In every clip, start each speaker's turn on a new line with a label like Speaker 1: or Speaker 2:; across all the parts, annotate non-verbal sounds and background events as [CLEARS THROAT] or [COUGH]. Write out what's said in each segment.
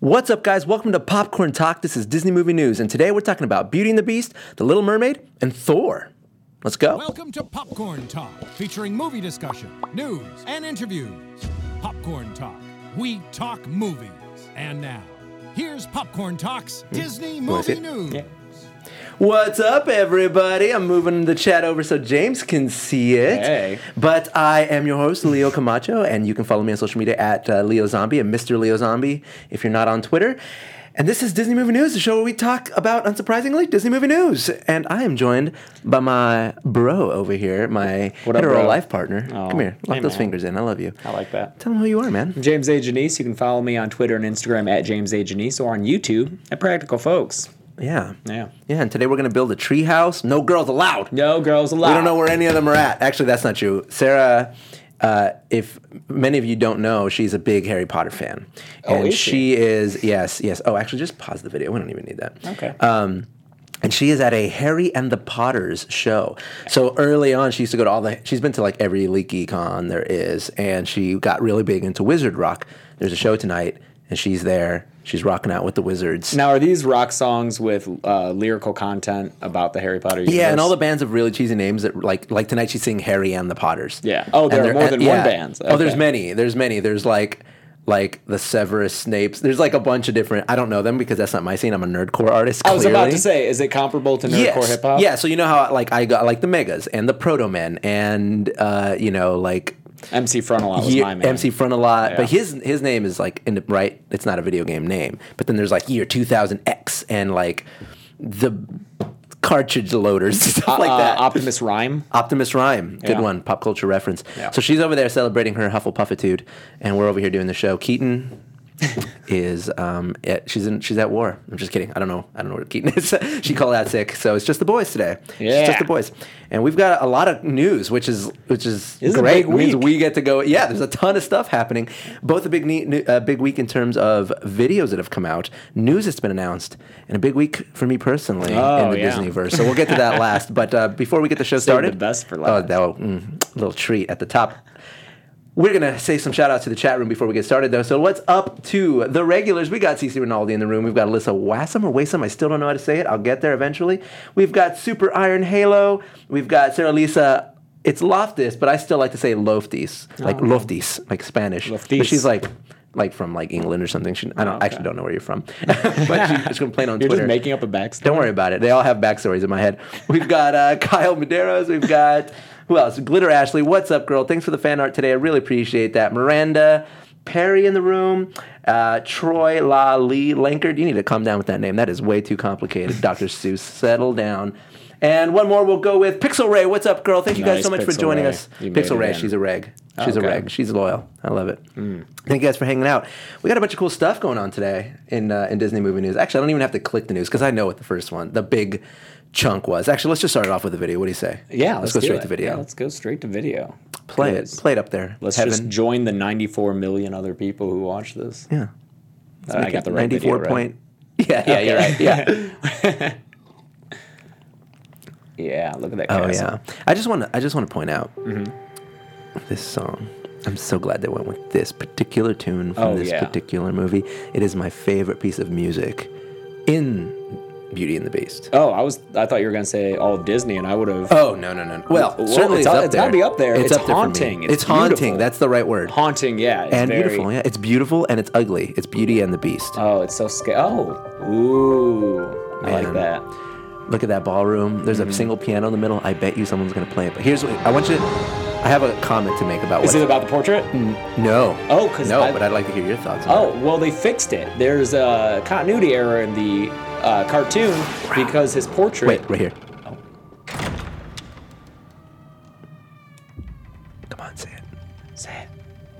Speaker 1: What's up, guys? Welcome to Popcorn Talk. This is Disney Movie News, and today we're talking about Beauty and the Beast, The Little Mermaid, and Thor. Let's go.
Speaker 2: Welcome to Popcorn Talk, featuring movie discussion, news, and interviews. Popcorn Talk, we talk movies. And now, here's Popcorn Talk's Disney
Speaker 1: Was
Speaker 2: Movie
Speaker 1: it?
Speaker 2: News.
Speaker 1: What's up, everybody? I'm moving the chat over so James can see it.
Speaker 3: Hey.
Speaker 1: But I am your host, Leo Camacho, and you can follow me on social media at uh, Leo Zombie and Mr. Leo Zombie if you're not on Twitter. And this is Disney Movie News, the show where we talk about, unsurprisingly, Disney Movie News. And I am joined by my bro over here, my
Speaker 3: What up,
Speaker 1: hetero
Speaker 3: bro?
Speaker 1: life partner.
Speaker 3: Aw.
Speaker 1: Come here, lock
Speaker 3: Hey,
Speaker 1: those
Speaker 3: man.
Speaker 1: fingers in. I love you.
Speaker 3: I like that.
Speaker 1: Tell them who you are, man.
Speaker 3: James A. Janice. You can follow me on Twitter and Instagram at James A. Janice or on YouTube at Practical Folks.
Speaker 1: Yeah.
Speaker 3: Yeah.
Speaker 1: Yeah, and today we're going to build a tree house. No girls allowed.
Speaker 3: No girls allowed.
Speaker 1: We don't know where any of them are at. Actually, that's not true. Sarah, uh, if many of you don't know, she's a big Harry Potter fan.
Speaker 3: Oh,
Speaker 1: And
Speaker 3: is she?
Speaker 1: she is, yes, yes. Oh, actually, just pause the video. We don't even need that.
Speaker 3: Okay.
Speaker 1: Um, and she is at a Harry and the Potters show. So early on, she used to go to all the. She's been to like every leaky con there is, and she got really big into Wizard Rock. There's a show tonight, and she's there. She's rocking out with the wizards.
Speaker 3: Now, are these rock songs with uh, lyrical content about the Harry Potter universe?
Speaker 1: Yeah, and all the bands have really cheesy names that like like tonight she's singing Harry and the Potters.
Speaker 3: Yeah. Oh,
Speaker 1: And
Speaker 3: there are
Speaker 1: they're-
Speaker 3: more
Speaker 1: and-
Speaker 3: than one bands.
Speaker 1: Oh, there's
Speaker 3: Okay.
Speaker 1: many. There's many. There's like like the Severus Snapes. There's like a bunch of different. I don't know them because that's not my scene. I'm a nerdcore artist.
Speaker 3: I was about to
Speaker 1: clearly.
Speaker 3: say, is it comparable to nerdcore
Speaker 1: Yes.
Speaker 3: hip hop?
Speaker 1: Yeah. So you know how like I got like the Megas and the Proto Men and uh, you know like
Speaker 3: MC Frontalot was
Speaker 1: Ye-
Speaker 3: my man.
Speaker 1: MC Front a lot,
Speaker 3: Yeah.
Speaker 1: but his his name is like in the, right. It's not a video game name, but then there's like year 2000 X and like the cartridge loaders stuff like
Speaker 3: Uh,
Speaker 1: that.
Speaker 3: Optimus Rhyme.
Speaker 1: Optimus Rhyme. Good
Speaker 3: Yeah.
Speaker 1: one. Pop culture reference.
Speaker 3: Yeah.
Speaker 1: So she's over there celebrating her Hufflepuffitude, and we're over here doing the show.
Speaker 3: [LAUGHS]
Speaker 1: Keaton is um at, she's in she's at war. I'm just kidding. I don't know. I don't know where Keaton is. [LAUGHS] she called out sick, so it's just the boys today.
Speaker 3: Yeah.
Speaker 1: It's just the boys. And we've got a lot of news, which is which is
Speaker 3: This is a
Speaker 1: great.
Speaker 3: big
Speaker 1: It means
Speaker 3: week.
Speaker 1: we get to go. Yeah, there's a ton of stuff happening. Both a big ne- uh, big week in terms of videos that have come out, news that's been announced, and a big week for me personally in
Speaker 3: Oh,
Speaker 1: the
Speaker 3: yeah.
Speaker 1: Disneyverse. So we'll get to
Speaker 3: [LAUGHS]
Speaker 1: that last. But uh, before we get the show
Speaker 3: Save the
Speaker 1: started,
Speaker 3: best for
Speaker 1: Oh,
Speaker 3: last.
Speaker 1: that will- mm, little treat at the top. We're gonna say some shout outs to the chat room before we get started, though. So what's up to the regulars? We got CC Rinaldi in the room. We've got Alyssa Wassum or Wassum. I still don't know how to say it. I'll get there eventually. We've got Super Iron Halo. We've got Sarah Lisa. It's Loftis, but I still like to say Loftis, like Loftis, like Spanish.
Speaker 3: Oh. Loftis.
Speaker 1: But she's like, like from like England or something. She, I don't actually don't know where you're from, [LAUGHS] but she, she's complaining on
Speaker 3: You're
Speaker 1: Twitter.
Speaker 3: just making up a backstory.
Speaker 1: Don't worry about it. They all have backstories in my head. We've got uh, [LAUGHS] Kyle Medeiros. We've got who else? Glitter Ashley. What's up, girl? Thanks for the fan art today. I really appreciate that. Miranda Perry in the room. Uh, Troy La Lee Lankard. You need to calm down with that name. That is way too complicated. Dr. Seuss, settle down. And one more we'll go with Pixel Ray. What's up, girl? Thank you guys
Speaker 3: Nice,
Speaker 1: so much for
Speaker 3: Pixel
Speaker 1: joining
Speaker 3: Ray.
Speaker 1: us.
Speaker 3: You made
Speaker 1: Pixel
Speaker 3: it
Speaker 1: Ray,
Speaker 3: in.
Speaker 1: she's a reg. She's
Speaker 3: Okay.
Speaker 1: a
Speaker 3: Mm.
Speaker 1: reg. She's loyal. I love it. Thank you guys for hanging out. We got a bunch of cool stuff going on today in uh, in Disney movie news. Actually, I don't even have to click the news because I know what the first one, the big chunk was. Actually, let's just start it off with the video. What do you say?
Speaker 3: Yeah,
Speaker 1: let's, go
Speaker 3: do
Speaker 1: straight
Speaker 3: it.
Speaker 1: to
Speaker 3: Yeah,
Speaker 1: video.
Speaker 3: let's go straight to video.
Speaker 1: play it.
Speaker 3: 'Cause
Speaker 1: Play it up there.
Speaker 3: Let's
Speaker 1: Heaven.
Speaker 3: just join the 94 million other people who watch this.
Speaker 1: yeah.
Speaker 3: Uh, I got the right video,
Speaker 1: Ninety-four
Speaker 3: right?
Speaker 1: point. [LAUGHS] Yeah, yeah, you're [LAUGHS] right. Yeah.
Speaker 3: Yeah, look at that.
Speaker 1: Oh
Speaker 3: castle.
Speaker 1: yeah. I just want to. I just want to point out
Speaker 3: Mm-hmm.
Speaker 1: this song. I'm so glad they went with this particular tune from
Speaker 3: Oh,
Speaker 1: this
Speaker 3: yeah.
Speaker 1: particular movie. It is my favorite piece of music in Beauty and the Beast.
Speaker 3: Oh, I was. I thought you were gonna say all of Disney, and I would have.
Speaker 1: Oh no no no! Well,
Speaker 3: Well,
Speaker 1: certainly it's,
Speaker 3: it's up-
Speaker 1: up
Speaker 3: it's
Speaker 1: there.
Speaker 3: gotta be up there. It's
Speaker 1: for me.
Speaker 3: haunting.
Speaker 1: It's,
Speaker 3: It's
Speaker 1: haunting.
Speaker 3: beautiful.
Speaker 1: That's the right word.
Speaker 3: Haunting, yeah. It's
Speaker 1: and
Speaker 3: very,
Speaker 1: beautiful. Yeah, it's beautiful and it's ugly. It's Beauty and the Beast.
Speaker 3: Oh, it's so scary. Oh, ooh, I
Speaker 1: Man.
Speaker 3: like that.
Speaker 1: Look at that ballroom. There's
Speaker 3: mm-hmm.
Speaker 1: a single piano in the middle. I bet you someone's gonna play it. But here's what I want you. I have a comment to make about
Speaker 3: Is
Speaker 1: what.
Speaker 3: it about the portrait?
Speaker 1: Hmm. no.
Speaker 3: Oh, 'cause
Speaker 1: no.
Speaker 3: I-
Speaker 1: but I'd like to hear your thoughts. on it.
Speaker 3: Oh, well, they fixed it. There's a continuity error in the uh, cartoon because his portrait.
Speaker 1: Wait, right here. Come on, say it.
Speaker 3: Say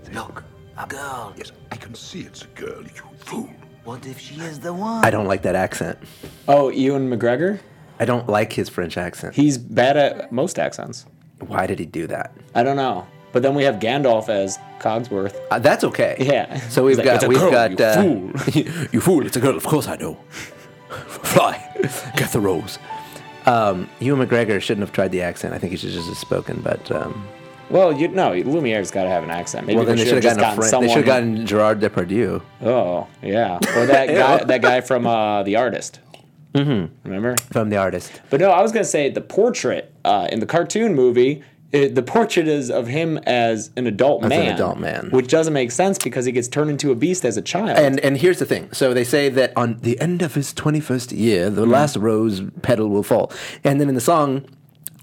Speaker 3: it.
Speaker 4: Look, a girl.
Speaker 5: Yes, I can see it's a girl, you fool.
Speaker 4: What if she is the one?
Speaker 1: I don't like that accent.
Speaker 3: Oh, Ewan McGregor.
Speaker 1: I don't like his French accent.
Speaker 3: He's bad at most accents.
Speaker 1: Why did he do that?
Speaker 3: I don't know. But then we have Gandalf as Cogsworth.
Speaker 1: Uh, that's okay.
Speaker 3: Yeah.
Speaker 1: So we've
Speaker 3: He's like,
Speaker 1: got
Speaker 3: "It's a
Speaker 1: we've
Speaker 3: girl,
Speaker 1: got
Speaker 3: you
Speaker 1: uh,
Speaker 3: fool."
Speaker 1: [LAUGHS] you fool. It's a girl. Of course I know. Fly, get the rose. Um, Ewan McGregor shouldn't have tried the accent. I think he should have just spoken. But um,
Speaker 3: Well, you no, Lumiere's got to have an accent. Maybe
Speaker 1: Well, then
Speaker 3: we
Speaker 1: they should have
Speaker 3: just
Speaker 1: gotten a
Speaker 3: gotten
Speaker 1: friend. They should have
Speaker 3: someone-
Speaker 1: gotten Gerard Depardieu.
Speaker 3: Oh yeah, or
Speaker 1: [LAUGHS]
Speaker 3: that guy, that guy from uh, the artist. Mm-hmm. Remember?
Speaker 1: from the artist.
Speaker 3: But no, I was gonna say the portrait uh, in the cartoon movie. It, the portrait is of him as an adult
Speaker 1: an
Speaker 3: man.
Speaker 1: adult man.
Speaker 3: which doesn't make sense because he gets turned into a beast as a child.
Speaker 1: And and here's the thing. So they say that on the end of his 21st year,
Speaker 3: Hmm.
Speaker 1: the last rose petal will fall. And then in the song,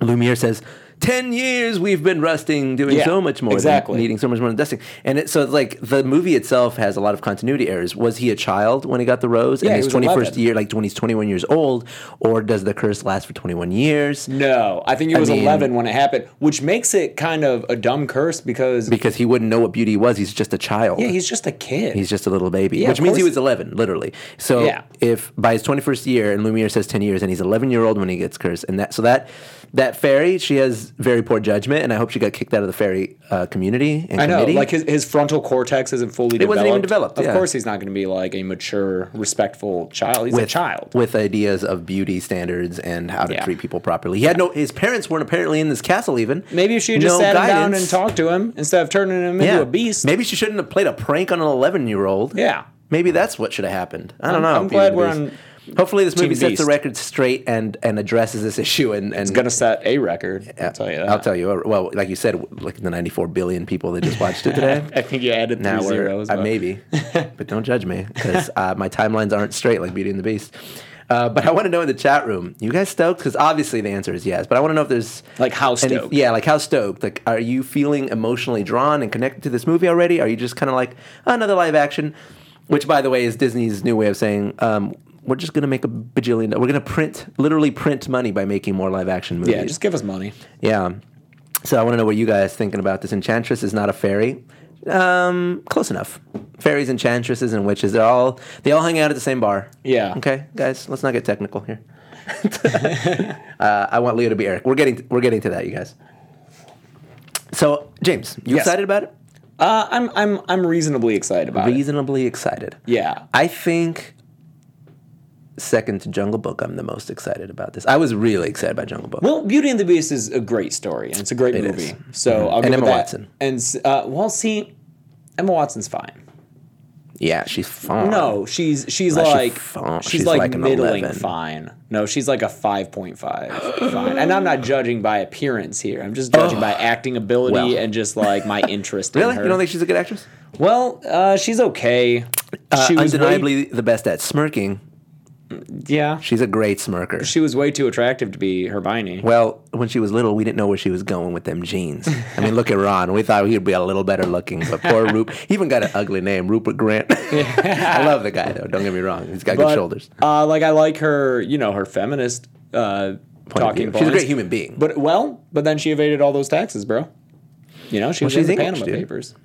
Speaker 1: Lumiere says, 10 years we've been rusting, doing
Speaker 3: Yeah,
Speaker 1: so much more,
Speaker 3: exactly.
Speaker 1: than, needing so much more than dusting. And it, so, like, the movie itself has a lot of continuity errors. Was he a child when he got the rose?
Speaker 3: Yeah,
Speaker 1: in
Speaker 3: he
Speaker 1: his
Speaker 3: was
Speaker 1: 21st
Speaker 3: 11.
Speaker 1: year, like, when he's 21 years old? Or does the curse last for 21 years?
Speaker 3: no, I think he was
Speaker 1: mean-
Speaker 3: 11 when it happened, which makes it kind of a dumb curse because
Speaker 1: Because he wouldn't know what beauty was. He's just a child.
Speaker 3: yeah, he's just a kid.
Speaker 1: He's just a little baby,
Speaker 3: Yeah,
Speaker 1: which
Speaker 3: of
Speaker 1: means he
Speaker 3: course.
Speaker 1: was 11, literally. So
Speaker 3: Yeah.
Speaker 1: if by his 21st year, and Lumiere says 10 years, and he's 11 year old when he gets cursed, and that so that that fairy, she has very poor judgment, and I hope she got kicked out of the fairy uh, community and
Speaker 3: I know,
Speaker 1: committee.
Speaker 3: like his, his frontal cortex isn't fully
Speaker 1: It
Speaker 3: developed.
Speaker 1: wasn't even developed,
Speaker 3: Of
Speaker 1: yeah.
Speaker 3: course, he's not going to be like a mature, respectful child. He's a child.
Speaker 1: with ideas of beauty standards and how to
Speaker 3: Yeah.
Speaker 1: treat people properly. He had no; his parents weren't apparently in this castle even.
Speaker 3: Maybe if she had just
Speaker 1: No
Speaker 3: sat him down
Speaker 1: guidance.
Speaker 3: and talked to him instead of turning him
Speaker 1: Yeah.
Speaker 3: into a beast.
Speaker 1: Maybe she shouldn't have played a prank on an 11 year old.
Speaker 3: Yeah.
Speaker 1: Maybe that's what should have happened. I don't
Speaker 3: I'm-
Speaker 1: know.
Speaker 3: I'm
Speaker 1: Beauty and
Speaker 3: glad we're
Speaker 1: the Beast.
Speaker 3: on
Speaker 1: Hopefully, this
Speaker 3: Team
Speaker 1: movie sets the
Speaker 3: Beast.
Speaker 1: record straight and, and addresses this issue. And, and
Speaker 3: It's going to set a record. I'll tell you that.
Speaker 1: I'll tell you. Well, like you said, like the 94 billion people that just watched it
Speaker 3: [LAUGHS]
Speaker 1: today.
Speaker 3: [LAUGHS] I think you added three
Speaker 1: now we're
Speaker 3: zeros.
Speaker 1: uh,
Speaker 3: but- [LAUGHS]
Speaker 1: maybe, but don't judge me because uh, my timelines aren't straight like Beauty and the Beast. Uh, but I want to know in the chat room, you guys stoked? Because obviously the answer is yes. But I want to know if there's
Speaker 3: Like how
Speaker 1: any-
Speaker 3: stoked.
Speaker 1: yeah, like how stoked? Like, are you feeling emotionally drawn and connected to this movie already? Are you just kind of like another live action? Which, by the way, is Disney's new way of saying um, we're just going to make a bajillion. We're going to print, literally print money by making more live action movies.
Speaker 3: Yeah, just give us money.
Speaker 1: Yeah. So I want to know what you guys thinking about this. Enchantress is not a fairy. Um, close enough. Fairies, enchantresses, and witches—they're all they all hang out at the same bar.
Speaker 3: Yeah.
Speaker 1: Okay, guys, let's not get technical here. [LAUGHS] uh, I want Leo to be Eric. We're getting we're getting to that, you guys. So James, you
Speaker 3: Yes.
Speaker 1: excited about it?
Speaker 3: Uh, I'm I'm I'm reasonably excited about it.
Speaker 1: Reasonably excited.
Speaker 3: Yeah.
Speaker 1: I think second to Jungle Book, I'm the most excited about this. I was really excited about Jungle Book.
Speaker 3: Well, Beauty and the Beast is a great story and it's a great
Speaker 1: It
Speaker 3: movie.
Speaker 1: is. Mm-hmm.
Speaker 3: So I'll
Speaker 1: And
Speaker 3: give it
Speaker 1: Emma
Speaker 3: that.
Speaker 1: Watson.
Speaker 3: And s- uh, well, see, Emma Watson's fine.
Speaker 1: yeah, she's fine.
Speaker 3: No, she's she's
Speaker 1: Unless she
Speaker 3: like
Speaker 1: fa-
Speaker 3: she's,
Speaker 1: she's
Speaker 3: like,
Speaker 1: like an
Speaker 3: middling
Speaker 1: 11.
Speaker 3: fine. No, she's like a five point five fine. And I'm not judging by appearance here. I'm just judging by acting ability
Speaker 1: Well.
Speaker 3: and just like my
Speaker 1: [LAUGHS]
Speaker 3: interest
Speaker 1: Really?
Speaker 3: in her.
Speaker 1: You don't think she's a good actress?
Speaker 3: well, uh, she's okay.
Speaker 1: She
Speaker 3: she was way-
Speaker 1: Uh, undeniably the best at smirking.
Speaker 3: yeah.
Speaker 1: She's a great smirker.
Speaker 3: She was way too attractive to be Hermione.
Speaker 1: well, when she was little, we didn't know where she was going with them jeans. I mean, look at Ron. We thought he'd be a little better looking, but
Speaker 3: [LAUGHS]
Speaker 1: poor Rupert. He even got an ugly name, Rupert Grant. [LAUGHS] I love the guy, though. Don't get me wrong. He's got
Speaker 3: But,
Speaker 1: good shoulders.
Speaker 3: Uh, like I like her, you know, her feminist uh, talking.
Speaker 1: view. She's a
Speaker 3: points.
Speaker 1: great human being.
Speaker 3: But well, but then she evaded all those taxes, bro. You know, she was
Speaker 1: she's
Speaker 3: in the
Speaker 1: English,
Speaker 3: Panama
Speaker 1: dude.
Speaker 3: Papers.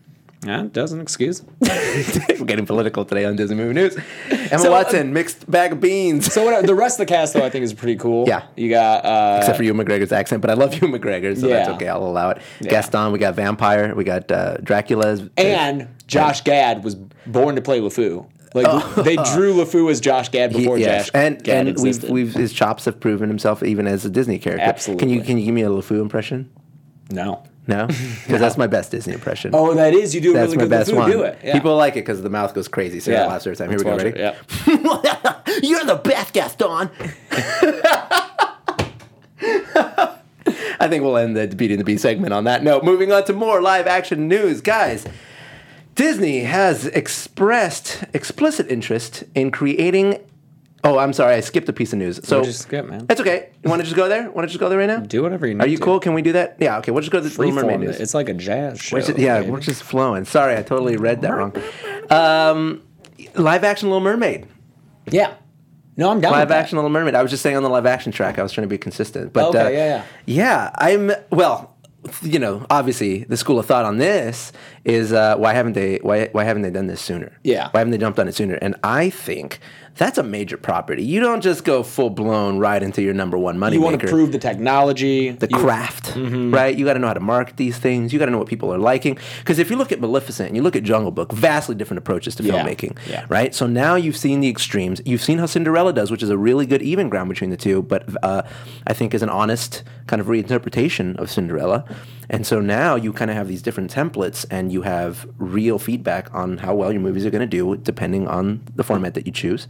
Speaker 3: Yeah, doesn't excuse.
Speaker 1: [LAUGHS] We're getting political today on Disney Movie
Speaker 3: [LAUGHS]
Speaker 1: News. Emma
Speaker 3: So, uh,
Speaker 1: Watson, mixed bag of beans.
Speaker 3: So what, the rest of the cast, though, I think is pretty cool.
Speaker 1: Yeah.
Speaker 3: you got
Speaker 1: [LAUGHS]
Speaker 3: uh,
Speaker 1: Except for Hugh McGregor's accent, but I love Hugh McGregor, so that's
Speaker 3: Yeah.
Speaker 1: okay. I'll allow it. Gaston, we got Vampire, we got uh, Dracula's.
Speaker 3: and Josh Gad was born to play LeFou. Like they drew LeFou as Josh Gad
Speaker 1: Oh. He-
Speaker 3: before
Speaker 1: yes.
Speaker 3: Josh
Speaker 1: and
Speaker 3: Gad
Speaker 1: and we've,
Speaker 3: existed.
Speaker 1: we've his chops have proven himself even as a Disney character. Can
Speaker 3: Absolutely.
Speaker 1: you can you give me a LeFou impression?
Speaker 3: no.
Speaker 1: No,
Speaker 3: [LAUGHS]
Speaker 1: because that's my best Disney impression.
Speaker 3: Oh, that is you do a
Speaker 1: that's
Speaker 3: really
Speaker 1: my
Speaker 3: good
Speaker 1: best
Speaker 3: LeFou.
Speaker 1: one.
Speaker 3: Do it. Yeah.
Speaker 1: People like it because the mouth goes crazy. So yeah. laughs every time. Here we go.
Speaker 3: Let's watch
Speaker 1: Ready?
Speaker 3: it. Yeah.
Speaker 1: [LAUGHS] You're the best, Gaston. [LAUGHS] I think we'll end the Beauty and the Beast segment on that note. Moving on to more live action news, guys. Disney has expressed explicit interest in creating. Oh, I'm sorry, I skipped a piece of news. So
Speaker 3: What'd you skip, man?
Speaker 1: It's okay. You want to just go there? Want to just go there right now?
Speaker 3: Do whatever you need
Speaker 1: Are you
Speaker 3: to.
Speaker 1: cool? Can we do that? Yeah. Okay. We'll just go to the Little Mermaid
Speaker 3: Reform
Speaker 1: news.
Speaker 3: it. It's like a jazz show.
Speaker 1: We're just- yeah,
Speaker 3: baby.
Speaker 1: we're just flowing. Sorry, I totally read that wrong. Um, live action Little Mermaid.
Speaker 3: yeah. No, I'm down.
Speaker 1: Live
Speaker 3: with that.
Speaker 1: action Little Mermaid. I was just saying on the live action track. I was trying to be consistent. But
Speaker 3: Okay,
Speaker 1: uh,
Speaker 3: yeah,
Speaker 1: yeah, I'm well. You know, obviously, the school of thought on this is uh, why haven't they why why haven't they done this sooner?
Speaker 3: Yeah.
Speaker 1: why haven't they jumped on it sooner? And I think that's a major property. You don't just go full blown right into your number one money.
Speaker 3: You want to prove the technology,
Speaker 1: the craft,
Speaker 3: Mm-hmm.
Speaker 1: right? You got to know how to market these things. You got to know what people are liking. Because if you look at Maleficent and you look at Jungle Book, vastly different approaches to
Speaker 3: Yeah,
Speaker 1: filmmaking,
Speaker 3: yeah.
Speaker 1: right? So now you've seen the extremes. You've seen how Cinderella does, which is a really good even ground between the two, but uh, I think is an honest kind of reinterpretation of Cinderella. And so now you kind of have these different templates and you have real feedback on how well your movies are going to do depending on the format that you choose.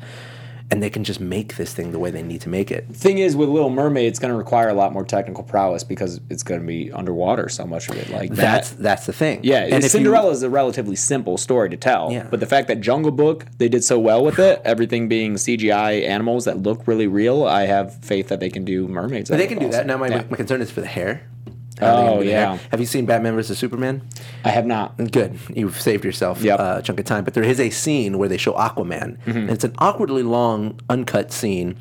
Speaker 1: And they can just make this thing the way they need to make it.
Speaker 3: Thing is, with Little Mermaid, it's going to require a lot more technical prowess because it's going to be underwater so much of it. Like
Speaker 1: That's
Speaker 3: that.
Speaker 1: that's the thing.
Speaker 3: Yeah,
Speaker 1: and if you-
Speaker 3: Cinderella is a relatively simple story to tell,
Speaker 1: Yeah.
Speaker 3: but the fact that Jungle Book they did so well with it, everything being CGI animals that look really real, I have faith that they can do mermaids.
Speaker 1: But they can do that. Now my,
Speaker 3: Yeah.
Speaker 1: my concern is for the hair. How they're gonna
Speaker 3: Oh,
Speaker 1: do the hair.
Speaker 3: yeah.
Speaker 1: Have you seen Batman vs Superman?
Speaker 3: I have not.
Speaker 1: Good, you've saved yourself
Speaker 3: Yep. Mm-hmm.
Speaker 1: uh, a chunk of time. But there is a scene where they show Aquaman. And it's an awkwardly long, uncut scene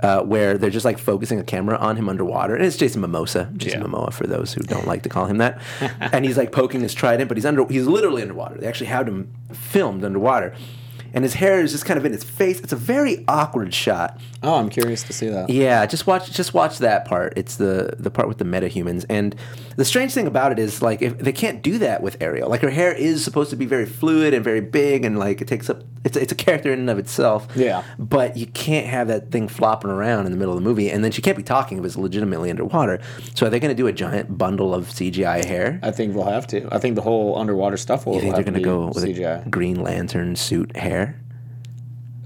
Speaker 1: uh, where they're just like focusing a camera on him underwater. And it's Jason Mimosa, Jason
Speaker 3: Yeah.
Speaker 1: Momoa for those who don't like to call him that. [LAUGHS] and he's like poking his trident, but he's under. He's literally underwater. They actually had him filmed underwater. And his hair is just kind of in his face. It's a very awkward shot.
Speaker 3: Oh, I'm curious to see that.
Speaker 1: Yeah, just watch just watch that part. It's the the part with the metahumans. And the strange thing about it is like if they can't do that with Ariel. Like her hair is supposed to be very fluid and very big and like it takes up it's it's a character in and of itself.
Speaker 3: Yeah.
Speaker 1: But you can't have that thing flopping around in the middle of the movie and then she can't be talking if it's legitimately underwater. So are they going to do a giant bundle of CGI hair?
Speaker 3: I think we'll have to. I think the whole underwater stuff will.
Speaker 1: You think
Speaker 3: have
Speaker 1: they're
Speaker 3: to
Speaker 1: going to
Speaker 3: be
Speaker 1: go with
Speaker 3: CGI.
Speaker 1: a Green Lantern suit hair?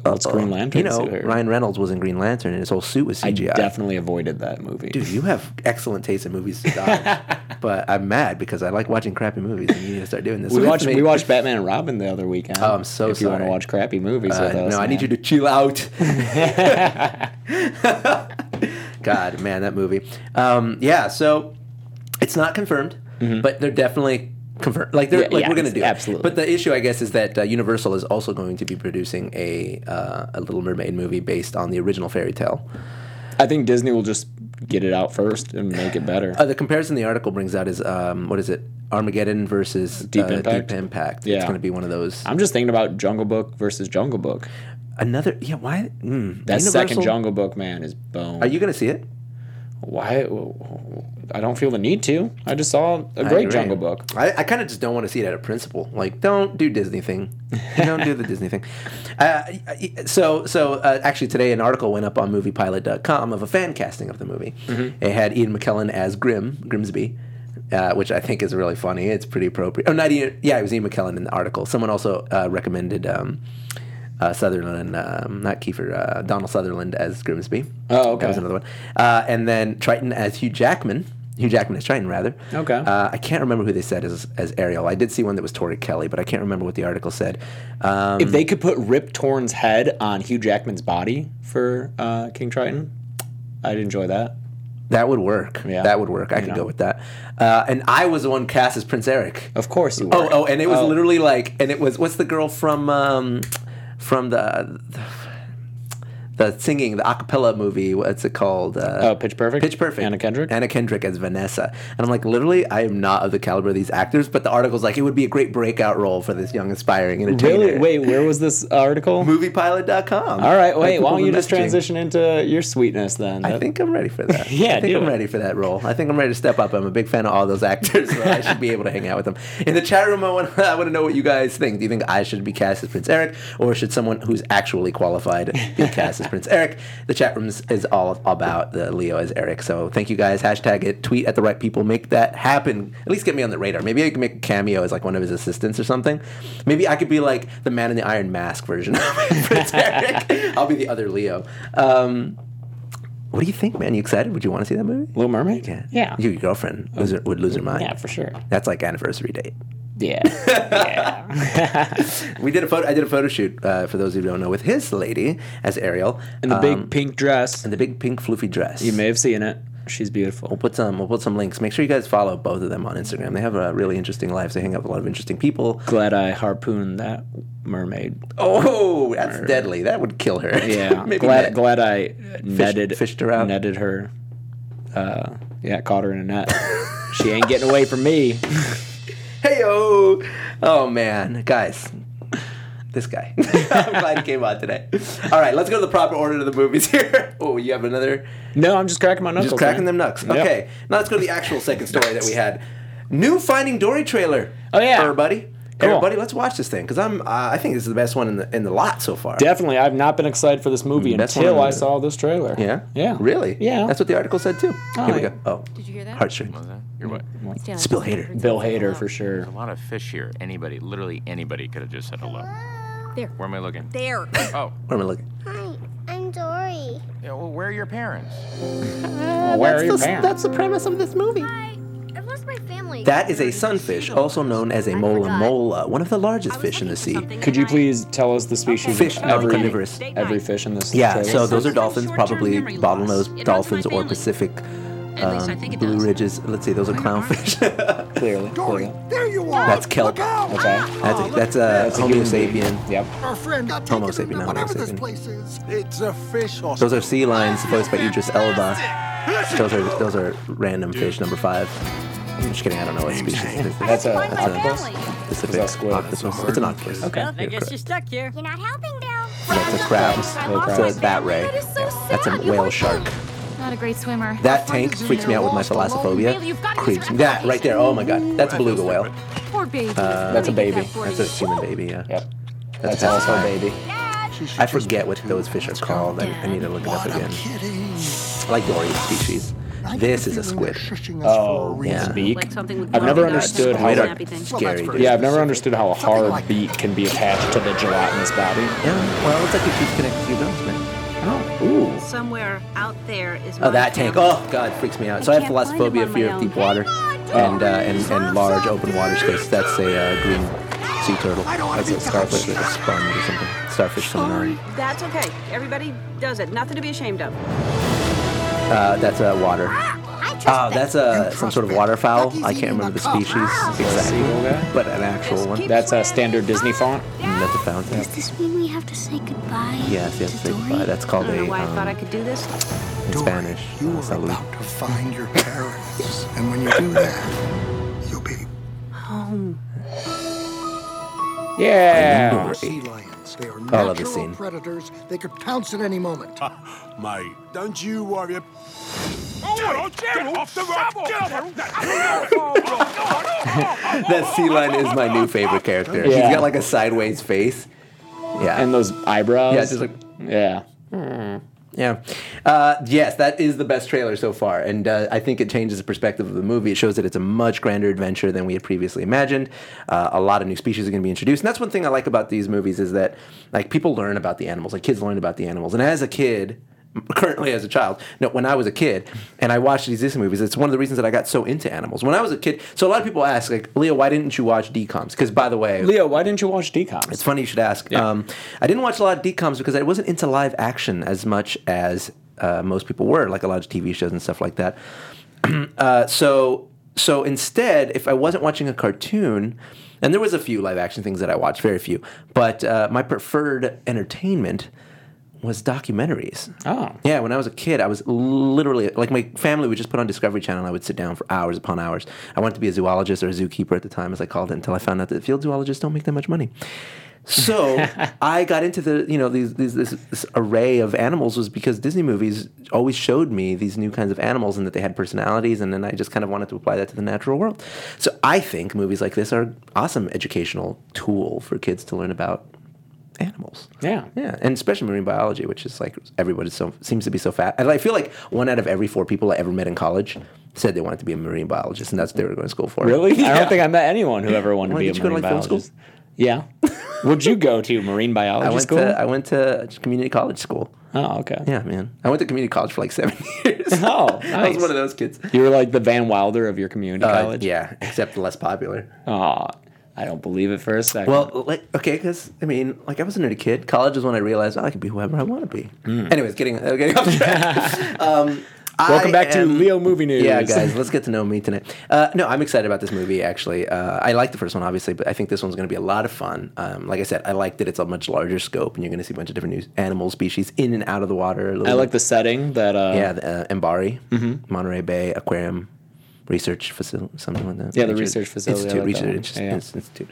Speaker 3: Well, it's Green Lantern.
Speaker 1: uh, You know,
Speaker 3: suit.
Speaker 1: Ryan Reynolds was in Green Lantern and his whole suit was
Speaker 3: I
Speaker 1: CGI.
Speaker 3: definitely avoided that movie.
Speaker 1: Dude, you have excellent taste in
Speaker 3: [LAUGHS]
Speaker 1: movies to dodge. but I'm mad because I like watching crappy movies, and you need to start doing this.
Speaker 3: we
Speaker 1: with
Speaker 3: watched
Speaker 1: me.
Speaker 3: we watched Batman and Robin the other weekend.
Speaker 1: Oh, I'm so
Speaker 3: if you want to
Speaker 1: sorry.
Speaker 3: watch crappy movies
Speaker 1: Uh,
Speaker 3: with us,
Speaker 1: no, I need you to chill
Speaker 3: [LAUGHS]
Speaker 1: out. [LAUGHS] God, man, that movie. Um, yeah, so it's not confirmed, but they're definitely confirmed. Like they're
Speaker 3: Mm-hmm. Yeah,
Speaker 1: like
Speaker 3: yeah,
Speaker 1: we're gonna
Speaker 3: it's-
Speaker 1: do it.
Speaker 3: absolutely.
Speaker 1: But the issue, I guess, is that uh, Universal is also going to be producing a uh, a Little Mermaid movie based on the original fairy tale.
Speaker 3: I think Disney will just get it out first and make it better.
Speaker 1: Uh, the comparison the article brings out is um, what is it? Armageddon versus
Speaker 3: Deep
Speaker 1: uh,
Speaker 3: Impact?
Speaker 1: Deep Impact. It's
Speaker 3: Yeah.
Speaker 1: going to be one of those.
Speaker 3: I'm just thinking about Jungle Book versus Jungle Book.
Speaker 1: Another yeah. Why mm,
Speaker 3: That
Speaker 1: Universal-
Speaker 3: second Jungle Book man is bone.
Speaker 1: Are you going to see it?
Speaker 3: Why? I don't feel the need to. I just saw a great
Speaker 1: agree.
Speaker 3: Jungle Book.
Speaker 1: I, I kind of just don't want to see it out of principle. Like, don't do Disney thing. don't
Speaker 3: [LAUGHS]
Speaker 1: do the Disney thing. Uh, so, so uh, actually, today an article went up on MoviePilot.com of a fan casting of the movie.
Speaker 3: Mm-hmm.
Speaker 1: It had Ian McKellen as Grim Grimsby, uh, which I think is really funny. It's pretty appropriate. Oh, not Ian. Yeah, it was Ian McKellen in the article. Someone also uh, recommended um, uh, Sutherland, um, not Kiefer, uh, Donald Sutherland as Grimsby.
Speaker 3: Oh, okay.
Speaker 1: That was another one. Uh, and then Triton as Hugh Jackman. Hugh Jackman as Triton, rather.
Speaker 3: Okay.
Speaker 1: Uh, I can't remember who they said as, as Ariel. I did see one that was Tori Kelly, but I can't remember what the article said. Um,
Speaker 3: If they could put Rip Torn's head on Hugh Jackman's body for uh, King Triton, I'd enjoy that.
Speaker 1: that would work.
Speaker 3: Yeah.
Speaker 1: That would work. I could
Speaker 3: know.
Speaker 1: go with that. Uh, and I was the one cast as Prince Eric.
Speaker 3: Of course you would.
Speaker 1: Oh, oh, and it was
Speaker 3: Oh.
Speaker 1: literally like, and it was what's the girl from um, from the the singing the acapella movie? What's it called? Uh,
Speaker 3: Oh, Pitch Perfect?
Speaker 1: Pitch Perfect.
Speaker 3: Anna Kendrick?
Speaker 1: Anna Kendrick as Vanessa. And I'm like, literally, I am not of the caliber of these actors, but the article's like, it would be a great breakout role for this young aspiring entertainer.
Speaker 3: Really? Wait, where was this article?
Speaker 1: Moviepilot.com.
Speaker 3: All
Speaker 1: Like,
Speaker 3: right, wait. Why
Speaker 1: people
Speaker 3: don't you
Speaker 1: were
Speaker 3: just
Speaker 1: messaging.
Speaker 3: transition into your sweetness then?
Speaker 1: I
Speaker 3: That-
Speaker 1: think I'm ready for
Speaker 3: [LAUGHS]
Speaker 1: that.
Speaker 3: Yeah,
Speaker 1: I think
Speaker 3: do
Speaker 1: I'm
Speaker 3: it.
Speaker 1: ready for that role. I think I'm ready to step up. I'm a big fan of all those actors, so I should be able to hang out with them. In the chat room, I want [LAUGHS] I want to know what you guys think. Do you think I should be cast as Prince Eric, or should someone who's actually qualified
Speaker 3: [LAUGHS]
Speaker 1: be cast as Prince Eric? The chat room is- is all about the Leo as Eric. So thank you guys. Hashtag it. Tweet at the right people. Make that happen. At least get me on the radar. Maybe I can make a cameo as like one of his assistants or something. Maybe I could be like the Man in the Iron Mask version of [LAUGHS] Prince Eric. I'll be the other Leo. Um, what do you think, man? You excited? Would you want to see that movie?
Speaker 3: Little Mermaid? Yeah. Oh.
Speaker 1: You, your girlfriend lose her- would lose her mind.
Speaker 3: Yeah, for sure.
Speaker 1: That's like anniversary date. [LAUGHS]
Speaker 3: Yeah. yeah.
Speaker 1: We did a photo. I did a photo shoot uh, for those who don't know with his lady as Ariel
Speaker 3: And the
Speaker 1: um,
Speaker 3: big pink dress.
Speaker 1: and the big pink floofy dress.
Speaker 3: You may have seen it. She's beautiful.
Speaker 1: We'll put some. We'll put some links. Make sure you guys follow both of them on Instagram. They have uh, really interesting lives. They hang out with a lot of interesting people.
Speaker 3: Glad I harpooned that mermaid.
Speaker 1: Oh, that's deadly. That would kill her.
Speaker 3: Yeah.
Speaker 1: [LAUGHS] Maybe
Speaker 3: glad
Speaker 1: not. Uh,
Speaker 3: glad I netted
Speaker 1: fished her out.
Speaker 3: netted her. Uh, yeah, caught her in
Speaker 1: [LAUGHS]
Speaker 3: a net. she ain't getting away from me.
Speaker 1: Hey yo! Oh man, guys. This guy. [LAUGHS] I'm glad he came out today. All right, let's go to the proper order of the movies here. [LAUGHS] Oh, you have another?
Speaker 3: No, I'm just cracking my knuckles.
Speaker 1: Just cracking
Speaker 3: man.
Speaker 1: them nuts.
Speaker 3: Yep.
Speaker 1: Okay, now let's go to the actual second story that we had. New Finding Dory trailer.
Speaker 3: Oh, yeah.
Speaker 1: everybody. Everybody, let's watch this thing because I'm. Uh, I think this is the best one in the in the lot so far.
Speaker 3: Definitely, I've not been excited for this movie
Speaker 1: Mm, That's
Speaker 3: until
Speaker 1: one of
Speaker 3: I
Speaker 1: the-
Speaker 3: saw this trailer.
Speaker 1: Yeah.
Speaker 3: Yeah.
Speaker 1: Really?
Speaker 3: Yeah.
Speaker 1: That's what the article said too. Here we
Speaker 3: yeah.
Speaker 1: go. Oh,
Speaker 6: Did you hear that?
Speaker 1: heartstrings.
Speaker 7: Was that? You're what?
Speaker 6: Stanley,
Speaker 1: Spill
Speaker 6: just
Speaker 1: hater.
Speaker 6: heard
Speaker 3: Bill
Speaker 6: something
Speaker 3: Hader
Speaker 6: loud.
Speaker 3: for sure.
Speaker 7: There's a lot of fish here. Anybody, literally anybody, could have just said hello.
Speaker 6: There.
Speaker 7: Where am I looking?
Speaker 6: There.
Speaker 7: Oh,
Speaker 1: Where am I looking?
Speaker 8: Hi, I'm Dory.
Speaker 7: yeah, well, where are your parents?
Speaker 3: Well, where are your parents?
Speaker 1: the premise of this movie.
Speaker 8: Hi, I've lost my family.
Speaker 1: That is a sunfish, also known as a mola mola, one of the largest fish in the sea.
Speaker 3: Could you please tell us the species
Speaker 1: Fish,
Speaker 3: of every,
Speaker 1: non-carnivorous.
Speaker 3: every fish in this
Speaker 1: Yeah,
Speaker 3: trailer?
Speaker 1: so those are
Speaker 9: Sometimes
Speaker 1: dolphins,
Speaker 9: short-term
Speaker 1: probably
Speaker 9: memory loss. It runs
Speaker 1: bottlenose
Speaker 9: in
Speaker 1: dolphins
Speaker 9: my
Speaker 1: or
Speaker 9: family.
Speaker 1: Pacific
Speaker 9: At least I
Speaker 1: um,
Speaker 9: think it
Speaker 1: blue
Speaker 9: does.
Speaker 1: ridges. Let's see, those are clownfish.
Speaker 3: clearly.
Speaker 5: Dory,
Speaker 3: clearly.
Speaker 5: there you
Speaker 1: [LAUGHS]
Speaker 5: are.
Speaker 1: That's kelp.
Speaker 5: Look out.
Speaker 3: Okay.
Speaker 1: That's a, that's a
Speaker 3: a
Speaker 1: Homo
Speaker 3: human being.
Speaker 1: sapien.
Speaker 3: Yep.
Speaker 5: Our friend got
Speaker 1: Homo
Speaker 5: taken
Speaker 1: sapien,
Speaker 5: into
Speaker 1: Homo
Speaker 5: whatever this
Speaker 1: sapien.
Speaker 5: place is. It's a fish or
Speaker 1: Those are sea lions, voiced by Idris Elba. Those are those are random fish number five. I'm just kidding. I don't know what species this is.
Speaker 3: That's a.
Speaker 8: Find
Speaker 3: That's
Speaker 8: my
Speaker 3: a
Speaker 8: family.
Speaker 1: Pacific
Speaker 3: Is that squid?
Speaker 1: octopus. It's an octopus.
Speaker 3: Okay.
Speaker 1: Yeah,
Speaker 9: I guess
Speaker 1: correct.
Speaker 9: you're stuck here.
Speaker 8: You're not helping, Bill.
Speaker 1: That's a crab.
Speaker 3: crab.
Speaker 1: It's a bat ray.
Speaker 8: That is so sad.
Speaker 1: That's a
Speaker 8: You
Speaker 1: whale
Speaker 8: look-
Speaker 1: shark.
Speaker 6: Not a great swimmer.
Speaker 1: That tank freaks me out with my
Speaker 6: Neil,
Speaker 1: thalassophobia.
Speaker 6: you've gotta use
Speaker 1: Creeps
Speaker 6: your
Speaker 1: me. That right there. Oh my god.
Speaker 6: application.
Speaker 1: That's a beluga whale.
Speaker 6: Poor baby.
Speaker 3: that's a baby.
Speaker 1: That's a human baby. Yeah.
Speaker 3: Yep.
Speaker 1: That's
Speaker 3: That's also a
Speaker 1: terrifying.
Speaker 3: baby.
Speaker 8: Dad,
Speaker 1: I forget what those fish are called. I, I need to look it up
Speaker 5: What a
Speaker 1: again.
Speaker 5: kitty.
Speaker 1: Like Dory species.
Speaker 5: I get
Speaker 1: This
Speaker 5: the
Speaker 1: is a
Speaker 5: feeling they're
Speaker 1: squid.
Speaker 5: shushing us for a
Speaker 3: Oh,
Speaker 5: reason.
Speaker 3: yeah.
Speaker 1: Yeah.
Speaker 3: beak.
Speaker 9: Like something with
Speaker 3: I've never
Speaker 9: glowing eyes.
Speaker 3: understood how
Speaker 1: It's
Speaker 3: to.
Speaker 9: Happy thing.
Speaker 1: Scary, dude.
Speaker 3: Yeah, I've never understood how a hard beak can be attached to the gelatinous body.
Speaker 1: Yeah, well, it's like you keep connected to your bones, man.
Speaker 9: Oh,
Speaker 3: Ooh.
Speaker 9: Somewhere out there is.
Speaker 1: Oh,
Speaker 9: my
Speaker 1: that tank.
Speaker 9: family.
Speaker 1: Oh, God, freaks me out. So I have
Speaker 9: can't find them
Speaker 1: thalassophobia,
Speaker 9: on
Speaker 1: fear
Speaker 9: my
Speaker 1: of
Speaker 9: own.
Speaker 1: deep water, and uh, and and large open water space. That's a uh, green sea turtle. That's a starfish, like a sponge or something. Starfish sonar.
Speaker 9: That's okay. Everybody does it. Nothing to be ashamed of.
Speaker 1: Uh, that's a water.
Speaker 9: Ah,
Speaker 8: I trust
Speaker 1: Oh,
Speaker 8: them.
Speaker 1: that's a some sort of waterfowl. I can't remember the species
Speaker 9: Ah.
Speaker 1: exactly,
Speaker 3: Seagull guy?
Speaker 1: but an actual one.
Speaker 3: That's a standard Disney font.
Speaker 1: Mm, That's a fountain.
Speaker 8: Does this mean we have to say goodbye?
Speaker 1: Yes, yes,
Speaker 8: to
Speaker 1: they-
Speaker 8: Dory?
Speaker 1: uh, that's
Speaker 9: I
Speaker 1: called
Speaker 9: don't
Speaker 1: a
Speaker 9: know why I thought I
Speaker 1: um,
Speaker 9: could do this.
Speaker 1: in
Speaker 5: Dory,
Speaker 1: Spanish.
Speaker 5: You
Speaker 1: uh,
Speaker 5: are
Speaker 1: salud.
Speaker 5: about to find your parents. and when you do that, you'll be
Speaker 3: Yeah.
Speaker 5: sea lions. They are
Speaker 1: I
Speaker 5: natural
Speaker 1: love this scene.
Speaker 5: predators. They could pounce at any moment.
Speaker 10: Mate, don't you worry.
Speaker 1: That sea lion is my new favorite character.
Speaker 3: Yeah.
Speaker 1: He's got like a sideways face. Yeah.
Speaker 3: And those eyebrows.
Speaker 1: yeah, just like
Speaker 3: Yeah.
Speaker 1: yeah. Uh, yes, that is the best trailer so far, and uh, I think it changes the perspective of the movie. It shows that it's a much grander adventure than we had previously imagined. Uh, a lot of new species are going to be introduced, and that's one thing I like about these movies is that like people learn about the animals, like kids learn about the animals, and as a kid. Currently, as a child, no, when I was a kid and I watched these Disney movies, it's one of the reasons that I got so into animals. When I was a kid, so a lot of people ask, like, Leo, why didn't you watch DComs? Because, by the way,
Speaker 3: Leo, why didn't you watch
Speaker 1: it's
Speaker 3: DComs?
Speaker 1: funny you should ask. Um, I didn't watch a lot of DComs because I wasn't into live action as much as uh, most people were, like a lot of TV shows and stuff like that. [CLEARS THROAT] uh, so, so instead, if I wasn't watching a cartoon, and there was a few live action things that I watched, very few, but uh, my preferred entertainment was documentaries.
Speaker 3: Oh.
Speaker 1: Yeah, when I was a kid, I was literally like my family would just put on Discovery Channel and I would sit down for hours upon hours. I wanted to be a zoologist or a zookeeper at the time, as I called it, until I found out that field zoologists don't make that much money. So I got into the you know these, these this, this array of animals was because Disney movies always showed me these new kinds of animals and that they had personalities and then I just kind of wanted to apply that to the natural world. So I think movies like this are awesome educational tool for kids to learn about animals.
Speaker 3: Yeah.
Speaker 1: Yeah, and especially marine biology, which is like everybody so seems to be so fat. And I feel like one out of every four people I ever met in college said they wanted to be a marine biologist, and that's what they were going to school for. [LAUGHS]
Speaker 3: [LAUGHS] Really? I don't think I met anyone who ever wanted
Speaker 1: Why,
Speaker 3: to
Speaker 1: did
Speaker 3: be
Speaker 1: you
Speaker 3: a
Speaker 1: go to,
Speaker 3: marine
Speaker 1: like, film school?
Speaker 3: biologist. Yeah. Would you go to marine biology
Speaker 1: I went
Speaker 3: school?
Speaker 1: to I went to community college school.
Speaker 3: oh, okay.
Speaker 1: Yeah, man, I went to community college for like seven [LAUGHS] years.
Speaker 3: Oh,
Speaker 1: I was
Speaker 3: nice.
Speaker 1: one of those kids.
Speaker 3: You were like the Van Wilder of your community
Speaker 1: Uh,
Speaker 3: college. Uh-huh.
Speaker 1: yeah, except less popular.
Speaker 3: Aw, I don't believe it for a second.
Speaker 1: Well, like, okay, because I mean, like, I was a nerdy kid. College is when I realized oh, I can be whoever I want to be.
Speaker 3: Hmm.
Speaker 1: Anyways, getting uh, getting
Speaker 3: [LAUGHS]
Speaker 1: off track. [LAUGHS] um,
Speaker 3: welcome
Speaker 1: I
Speaker 3: back to
Speaker 1: am-
Speaker 3: Leo Movie News.
Speaker 1: Yeah, guys, let's get to know me tonight. Uh, no, I'm excited about this movie. Actually, uh, I like the first one, obviously, but I think this one's going to be a lot of fun. Um, like I said, I like that it's a much larger scope, and you're going to see a bunch of different new animal species in and out of the water.
Speaker 3: I like the Mm-hmm. setting that. Uh,
Speaker 1: yeah, the, uh, Mbari, Monterey Bay Aquarium Research Facility, something like that.
Speaker 3: Yeah, the research facility, I
Speaker 1: Institute,
Speaker 3: like that
Speaker 1: research
Speaker 3: one.
Speaker 1: Inst-
Speaker 3: Yeah.
Speaker 1: Institute.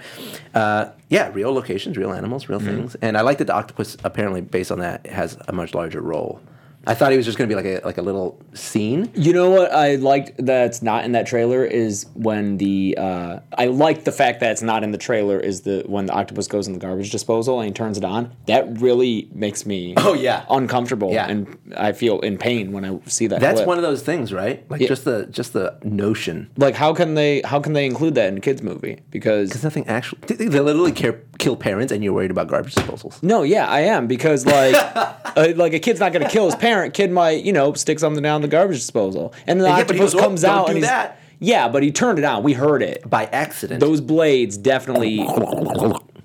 Speaker 1: Uh, yeah, real
Speaker 3: Mm-hmm.
Speaker 1: locations, real animals, real things, and I like that the octopus. Apparently, based on that, has a much larger role I thought he was just going to be like a like a little scene.
Speaker 3: You know what I liked that's not in that trailer is when the uh, I like the fact that it's not in the trailer is the when the octopus goes in the garbage disposal and he turns it on. That really makes me
Speaker 1: [LAUGHS] Oh, yeah.
Speaker 3: uncomfortable
Speaker 1: Yeah.
Speaker 3: and I feel in pain when I see that.
Speaker 1: That's
Speaker 3: clip.
Speaker 1: one of those things, right? Like
Speaker 3: Yeah.
Speaker 1: just the just the notion.
Speaker 3: like how can they how can they include that in a kids movie because
Speaker 1: There's nothing actual. They they literally care, kill parents, and you're worried about garbage disposals.
Speaker 3: No, yeah, I am
Speaker 1: [LAUGHS]
Speaker 3: because like, uh, like a kid's not gonna kill his parent. Kid might, you know, stick something down the garbage disposal, and the
Speaker 1: Yeah, but he
Speaker 3: octopus
Speaker 1: goes, "Oh,
Speaker 3: comes
Speaker 1: don't
Speaker 3: out
Speaker 1: do
Speaker 3: and he's
Speaker 1: that.
Speaker 3: yeah, but he turned it on. We heard it.
Speaker 1: By accident.
Speaker 3: Those blades definitely,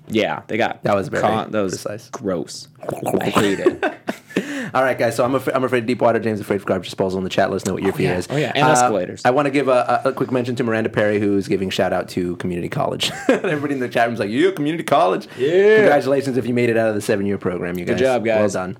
Speaker 3: yeah, they got
Speaker 1: That was very
Speaker 3: that was
Speaker 1: precise.
Speaker 3: gross. I hate it.
Speaker 1: All right, guys. So I'm, af- I'm afraid of deep water. James afraid of garbage disposal in the chat. Let us know what your fear
Speaker 3: yeah.
Speaker 1: is.
Speaker 3: Oh, yeah, and
Speaker 1: Uh,
Speaker 3: escalators.
Speaker 1: I want to give a, a, a quick mention to Miranda Perry, who's giving shout out to community college. [LAUGHS] Everybody in the chat room's like, "Yeah, community college! Yeah, congratulations if you made it out of the seven year program, you guys.
Speaker 3: job, guys.
Speaker 1: Well done.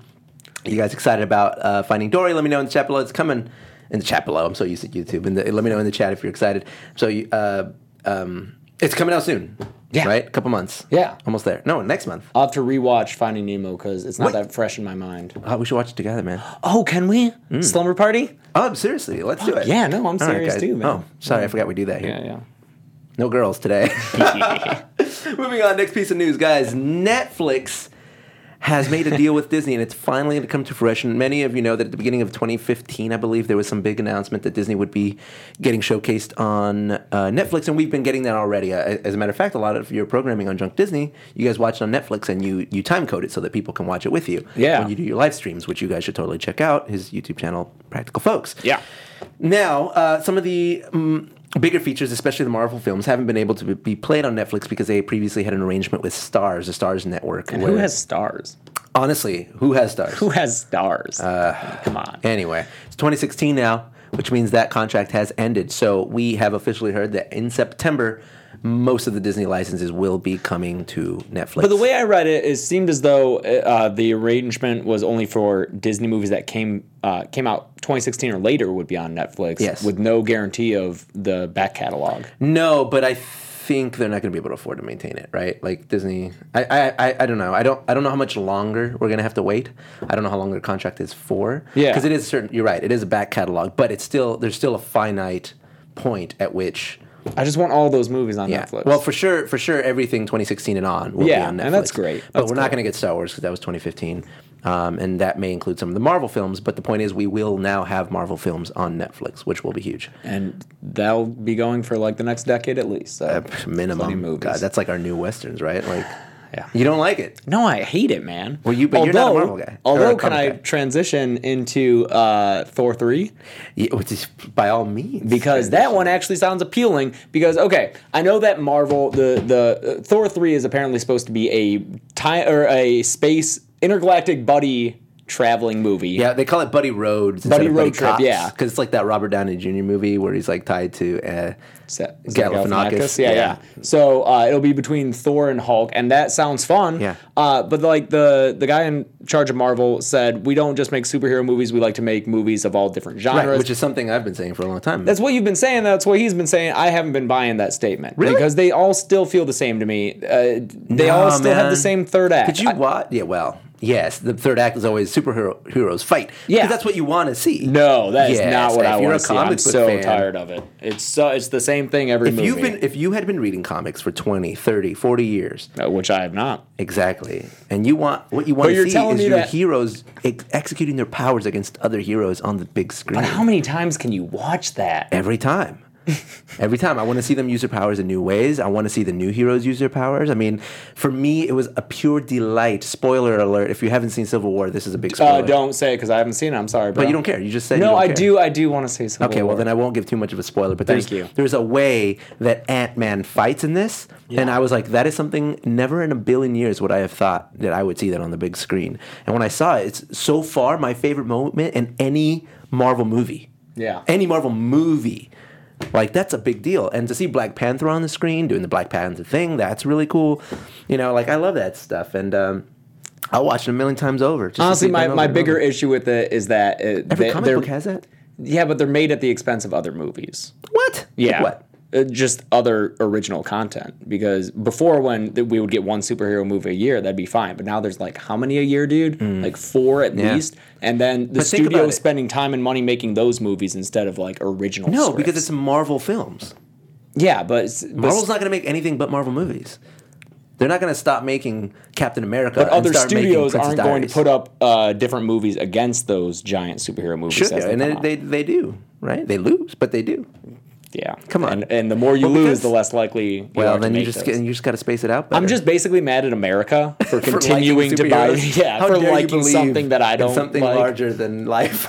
Speaker 1: You guys excited about uh, finding Dory? Let me know in the chat below. It's coming in the chat below. I'm so used to YouTube. And the, let me know in the chat if you're excited. So you, uh, um, it's coming out soon.
Speaker 3: Yeah.
Speaker 1: Right. couple months.
Speaker 3: Yeah.
Speaker 1: Almost there. No, next month.
Speaker 3: I'll have to rewatch Finding Nemo because it's not
Speaker 1: What?
Speaker 3: that fresh in my mind.
Speaker 1: Oh, we should watch it together, man.
Speaker 3: Oh, can we slumber party?
Speaker 1: Oh, seriously, let's do it.
Speaker 3: yeah, no, I'm
Speaker 1: All right,
Speaker 3: serious
Speaker 1: guys.
Speaker 3: too, man.
Speaker 1: Oh, sorry, I forgot we do that here.
Speaker 3: Yeah, yeah.
Speaker 1: No girls
Speaker 3: [LAUGHS]
Speaker 1: today. [LAUGHS] Moving on, next piece of news, guys. Netflix has made a deal with Disney, and it's finally going to come to fruition. Many of you know that at the beginning of 2015, I believe, there was some big announcement that Disney would be getting showcased on uh, Netflix, and we've been getting that already. Uh, as a matter of fact, a lot of your programming on Junk Disney, you guys watch it on Netflix, and you you time code it so that people can watch it with you
Speaker 3: Yeah.
Speaker 1: when you do your live streams, which you guys should totally check out. His YouTube channel, Practical Folks.
Speaker 3: Yeah.
Speaker 1: Now, uh, some of the mm, bigger features, especially the Marvel films, haven't been able to be played on Netflix because they previously had an arrangement with Stars, the Stars network.
Speaker 3: And who
Speaker 1: where-
Speaker 3: has stars?
Speaker 1: honestly? Who has Stars?
Speaker 3: Who has stars?
Speaker 1: Uh,
Speaker 3: Come on.
Speaker 1: Anyway, it's 2016 now, which means that contract has ended. So we have officially heard that in September, most of the Disney licenses will be coming to Netflix.
Speaker 3: But the way I read it, it seemed as though uh, the arrangement was only for Disney movies that came uh, came out 2016 or later would be on Netflix.
Speaker 1: Yes.
Speaker 3: with no guarantee of the back catalog.
Speaker 1: No, but I think they're not going to be able to afford to maintain it, right? Like Disney, I, I, I, I don't know. I don't, I don't know how much longer we're going to have to wait. I don't know how long their contract is for.
Speaker 3: Yeah.
Speaker 1: because it is certain. You're right. It is a back catalog, but it's still there's still a finite point at which.
Speaker 3: I just want all those movies on
Speaker 1: Yeah.
Speaker 3: Netflix.
Speaker 1: Well, for sure, for sure, everything 2016 and on will be
Speaker 3: Yeah,
Speaker 1: on Netflix.
Speaker 3: and that's great.
Speaker 1: but
Speaker 3: That's
Speaker 1: we're not
Speaker 3: cool.
Speaker 1: going to get Star Wars because that was 2015, um, and that may include some of the Marvel films. But the point is, we will now have Marvel films on Netflix, which will be huge.
Speaker 3: and that'll be going for like the next decade at least. So. plenty of
Speaker 1: minimum.
Speaker 3: movies.
Speaker 1: God, that's like our new westerns, right? Like,
Speaker 3: [SIGHS] Yeah.
Speaker 1: you don't like it.
Speaker 3: No, I hate it, man.
Speaker 1: Well, you- but you're not a Marvel guy, or a
Speaker 3: Although, can I
Speaker 1: comic guy.
Speaker 3: transition into uh, Thor three?
Speaker 1: Yeah, which is by all means
Speaker 3: because that one actually sounds appealing. Because okay, I know that Marvel the the uh, Thor three is apparently supposed to be a time or a space intergalactic buddy traveling movie.
Speaker 1: Yeah, they call it Buddy Roads.
Speaker 3: Buddy Road Trip, yeah.
Speaker 1: because it's like that Robert Downey Jr. movie where he's like tied to. Uh,
Speaker 3: Sa- is that
Speaker 1: Galifianakis?
Speaker 3: Galifianakis? Yeah,
Speaker 1: Yeah.
Speaker 3: yeah. So uh, it'll be between Thor and Hulk, and that sounds fun.
Speaker 1: Yeah.
Speaker 3: Uh, but like the the guy in charge of Marvel said, we don't just make superhero movies; we like to make movies of all different genres.
Speaker 1: right, which is something I've been saying for a long time.
Speaker 3: That's what you've been saying. That's what he's been saying. I haven't been buying that statement
Speaker 1: Really?
Speaker 3: because they all still feel the same to me. Uh, they all
Speaker 1: Nah,
Speaker 3: still have
Speaker 1: man.
Speaker 3: the same third act.
Speaker 1: Did you
Speaker 3: I-
Speaker 1: watch? Yeah, well, yes. The third act is always superhero heroes fight.
Speaker 3: Yeah.
Speaker 1: because that's what you want to see.
Speaker 3: no, that is
Speaker 1: Yes,
Speaker 3: not what
Speaker 1: if
Speaker 3: I
Speaker 1: you're a
Speaker 3: want to see.
Speaker 1: comic
Speaker 3: I'm
Speaker 1: book
Speaker 3: so
Speaker 1: fan-
Speaker 3: tired of it. It's so it's the same thing every
Speaker 1: If
Speaker 3: movie,
Speaker 1: you've been, if you had been reading comics for 20, 30, 40 years,
Speaker 3: uh, which I have not.
Speaker 1: Exactly. And you want what you want
Speaker 3: But
Speaker 1: to
Speaker 3: you're
Speaker 1: see
Speaker 3: telling
Speaker 1: is
Speaker 3: me
Speaker 1: your
Speaker 3: that-
Speaker 1: heroes ex- executing their powers against other heroes on the big screen.
Speaker 3: But how many times can you watch that?
Speaker 1: Every
Speaker 3: [LAUGHS]
Speaker 1: time. Every time. I want to see them use their powers in new ways. I want to see the new heroes use their powers. I mean, for me, it was a pure delight. Spoiler alert. If you haven't seen Civil War, this is a big spoiler.
Speaker 3: Uh, don't say it because I haven't seen it. I'm sorry, bro.
Speaker 1: But you don't care. You just said you
Speaker 3: No,
Speaker 1: don't
Speaker 3: I
Speaker 1: care.
Speaker 3: do. I do want to say something.
Speaker 1: Okay, well then I won't give too much of a spoiler, but
Speaker 3: Thank
Speaker 1: there's,
Speaker 3: you.
Speaker 1: there's a way that Ant Man fights in this, and I was like, that is something never in a billion years would I have thought that I would see that on the big screen. And when I saw it, it's so far my favorite moment in any Marvel movie.
Speaker 3: Yeah.
Speaker 1: any Marvel movie. Like that's a big deal, and to see Black Panther on the screen doing the Black Panther thing, that's really cool. You know, like I love that stuff, and um, I'll watch it a million times over. just to
Speaker 3: Honestly,
Speaker 1: see it
Speaker 3: my,
Speaker 1: done over
Speaker 3: my
Speaker 1: and
Speaker 3: bigger
Speaker 1: over.
Speaker 3: issue with it is that uh,
Speaker 1: every
Speaker 3: they,
Speaker 1: comic
Speaker 3: they're
Speaker 1: book has that.
Speaker 3: yeah, but they're made at the expense of other movies.
Speaker 1: What? Like
Speaker 3: Yeah.
Speaker 1: what?
Speaker 3: uh, just other original content. Because before, when th- we would get one superhero movie a year, that'd be fine. But now there's like how many a year, dude? Like four at
Speaker 1: Mm. Yeah.
Speaker 3: least. And then the
Speaker 1: But think about
Speaker 3: studio
Speaker 1: it.
Speaker 3: is spending time and money making those movies instead of like original.
Speaker 1: No, because
Speaker 3: scripts.
Speaker 1: it's Marvel films.
Speaker 3: yeah, but, it's, but
Speaker 1: Marvel's not going to make anything but Marvel movies. They're not going to stop making Captain America.
Speaker 3: But
Speaker 1: and
Speaker 3: other
Speaker 1: start making
Speaker 3: studios
Speaker 1: Princess
Speaker 3: aren't going to
Speaker 1: Diaries.
Speaker 3: put up uh, different movies against those giant superhero movies.
Speaker 1: Sure,
Speaker 3: as they
Speaker 1: and
Speaker 3: come
Speaker 1: they,
Speaker 3: out.
Speaker 1: they they do right. They lose, but they do.
Speaker 3: yeah,
Speaker 1: come on.
Speaker 3: And, and the more you
Speaker 1: Well, because-
Speaker 3: lose, the less likely. You
Speaker 1: Well,
Speaker 3: are
Speaker 1: then
Speaker 3: to
Speaker 1: you
Speaker 3: make
Speaker 1: just
Speaker 3: those.
Speaker 1: get, you just got to space it out. Better.
Speaker 3: I'm just basically mad at America for
Speaker 1: [LAUGHS] For liking
Speaker 3: continuing to buy,
Speaker 1: superheroes.
Speaker 3: [LAUGHS] yeah,
Speaker 1: How
Speaker 3: for
Speaker 1: dare you
Speaker 3: liking
Speaker 1: believe
Speaker 3: something that I
Speaker 1: in
Speaker 3: don't
Speaker 1: something
Speaker 3: like.
Speaker 1: larger than life.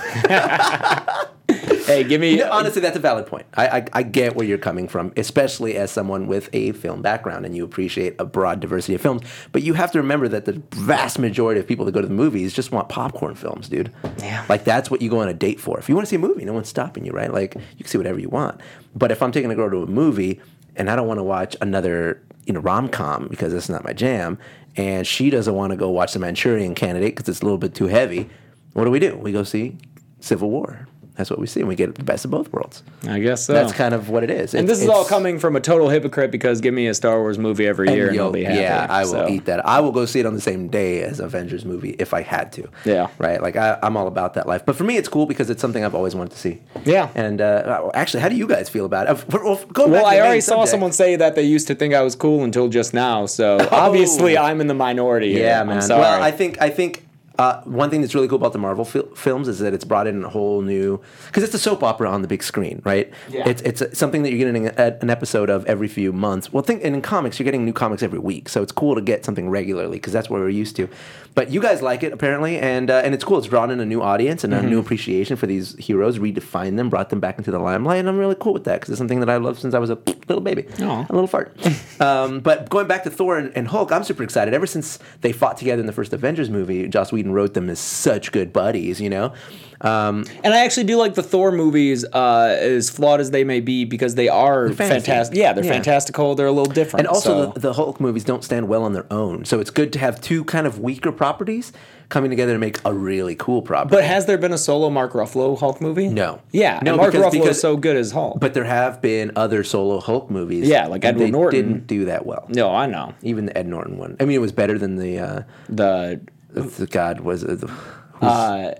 Speaker 3: Hey, give
Speaker 1: [LAUGHS]
Speaker 3: me. uh,
Speaker 1: You know, honestly, that's a valid point. I, I I get where you're coming from, especially as someone with a film background and you appreciate a broad diversity of films. But you have to remember that the vast majority of people that go to the movies just want popcorn films, dude. Yeah. Like that's what you go on a date for. If you want to see a movie, no one's stopping you, right? Like you can see whatever you want. But if I'm taking a girl to a movie and I don't want to watch another you know rom com because that's not my jam, and she doesn't want to go watch The Manchurian Candidate because it's a little bit too heavy, what do we do? We go see Civil War. That's what we see, and we get the best of both worlds.
Speaker 3: I guess so.
Speaker 1: That's kind of what it is.
Speaker 3: and
Speaker 1: It's-
Speaker 3: this is all
Speaker 1: it's-
Speaker 3: coming from a total hypocrite because give me a Star Wars movie every year and
Speaker 1: yo,
Speaker 3: I'll be happy.
Speaker 1: Yeah, I will
Speaker 3: so.
Speaker 1: eat that. I will go see it on the same day as Avengers movie if I had to.
Speaker 3: Yeah.
Speaker 1: Right? Like, I, I'm all about that life. But for me, it's cool because it's something I've always wanted to see.
Speaker 3: Yeah.
Speaker 1: And uh, actually, how do you guys feel about it? Of- Well, go back
Speaker 3: Well,
Speaker 1: to
Speaker 3: I
Speaker 1: the main
Speaker 3: already saw
Speaker 1: subject. Oh.
Speaker 3: someone say that they used to think I was cool until just now. So obviously, I'm in the minority. here.
Speaker 1: Yeah,
Speaker 3: I'm
Speaker 1: man.
Speaker 3: sorry.
Speaker 1: Well, I think I think uh, one thing that's really cool about the Marvel fil- films is that it's brought in a whole new because it's a soap opera on the big screen, right?
Speaker 3: Yeah.
Speaker 1: It's it's something that you're getting a, an episode of every few months. Well, think and in comics you're getting new comics every week, so it's cool to get something regularly because that's what we're used to. But you guys like it apparently, and uh, and it's cool. It's brought in a new audience and a new appreciation for these heroes, redefined them, brought them back into the limelight, and I'm really cool with that because it's something that I love since I was a little baby,
Speaker 3: Aw.
Speaker 1: a little fart. um, but going back to Thor and, and Hulk, I'm super excited. Ever since they fought together in the first Avengers movie, Joss Whedon wrote them as such good buddies, you know. Um,
Speaker 3: and I actually do like the Thor movies, uh, as flawed as they may be, because they are
Speaker 1: fantasy.
Speaker 3: fantastic. Yeah, they're
Speaker 1: Yeah.
Speaker 3: fantastical. They're a little different.
Speaker 1: and also,
Speaker 3: so-
Speaker 1: the, the Hulk movies don't stand well on their own, so it's good to have two kind of weaker properties coming together to make a really cool property.
Speaker 3: But has there been a solo Mark Ruffalo Hulk movie?
Speaker 1: No.
Speaker 3: Yeah,
Speaker 1: No,
Speaker 3: and Mark
Speaker 1: because-
Speaker 3: Ruffalo
Speaker 1: because-
Speaker 3: is so good as Hulk.
Speaker 1: but there have been other solo Hulk movies.
Speaker 3: Yeah, like
Speaker 1: and
Speaker 3: Edward
Speaker 1: they
Speaker 3: Norton.
Speaker 1: didn't do that well.
Speaker 3: no, I know
Speaker 1: Even the Ed Norton one. I mean, it was better than the uh,
Speaker 3: the
Speaker 1: the God was. Uh, the-
Speaker 3: uh,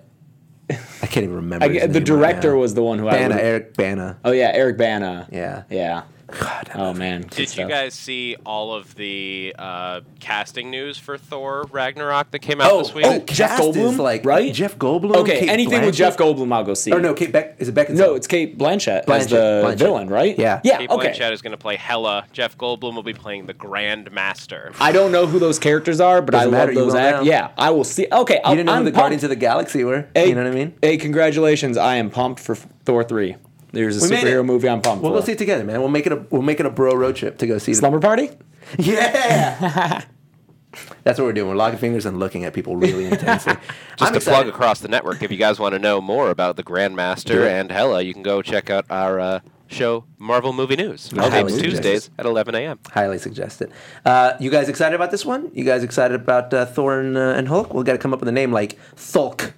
Speaker 1: I can't even remember.
Speaker 3: I,
Speaker 1: his
Speaker 3: the
Speaker 1: name right
Speaker 3: director
Speaker 1: now.
Speaker 3: was the one who I
Speaker 1: Bana
Speaker 3: would've-
Speaker 1: Eric Bana.
Speaker 3: Oh yeah, Eric Bana.
Speaker 1: Yeah.
Speaker 3: yeah.
Speaker 1: God, I
Speaker 3: Oh man, good
Speaker 11: Did
Speaker 3: stuff.
Speaker 11: you guys see all of the uh, casting news for Thor Ragnarok that came out
Speaker 1: Oh,
Speaker 11: this week?
Speaker 1: oh, Jeff
Speaker 3: Cast is
Speaker 1: Goldblum,
Speaker 3: like-
Speaker 1: right? Jeff Goldblum.
Speaker 3: Okay,
Speaker 1: Kate
Speaker 3: anything with
Speaker 1: Blanchett?
Speaker 3: Jeff Goldblum, I'll go see.
Speaker 1: Or no, Kate Beck is it Beckinsale?
Speaker 3: no, it's Kate Blanchett, as
Speaker 1: Blanchett,
Speaker 3: the
Speaker 1: Blanchett.
Speaker 3: villain, right?
Speaker 1: Yeah.
Speaker 3: yeah.
Speaker 11: Kate
Speaker 3: okay.
Speaker 11: Blanchett is going to play Hela. Jeff Goldblum will be playing the Grand Master.
Speaker 3: I don't know who those characters are, but I
Speaker 1: Doesn't
Speaker 3: love
Speaker 1: matter, you
Speaker 3: those
Speaker 1: will
Speaker 3: actors.
Speaker 1: now.
Speaker 3: Yeah, I will see. Okay, I'll,
Speaker 1: you didn't know
Speaker 3: I'm
Speaker 1: who the
Speaker 3: pumped.
Speaker 1: Guardians of the Galaxy were.
Speaker 3: Hey,
Speaker 1: you know what I mean?
Speaker 3: Hey, congratulations! I am pumped for Thor three. There's a
Speaker 1: We made it.
Speaker 3: superhero movie I'm pumped
Speaker 1: Well,
Speaker 3: for.
Speaker 1: we'll see it together, man. We'll make it a we'll make it a bro road trip to go see.
Speaker 3: Slumber Party.
Speaker 1: The, yeah,
Speaker 3: [LAUGHS]
Speaker 1: that's what we're doing. We're locking fingers and looking at people
Speaker 3: [LAUGHS]
Speaker 1: really intensely.
Speaker 11: Just
Speaker 1: I'm
Speaker 11: to
Speaker 1: excited.
Speaker 11: plug across the network, if you guys want to know more about the Grand Master and Hela, you can go check out our uh, show, Marvel Movie News, which
Speaker 1: highly
Speaker 11: tapes
Speaker 1: suggest
Speaker 11: Tuesdays at 11 a.m.
Speaker 1: Highly suggested. Uh, you guys excited about this one? You guys excited about uh, Thor and, uh, and Hulk? We'll got to come up with a name like Thulk.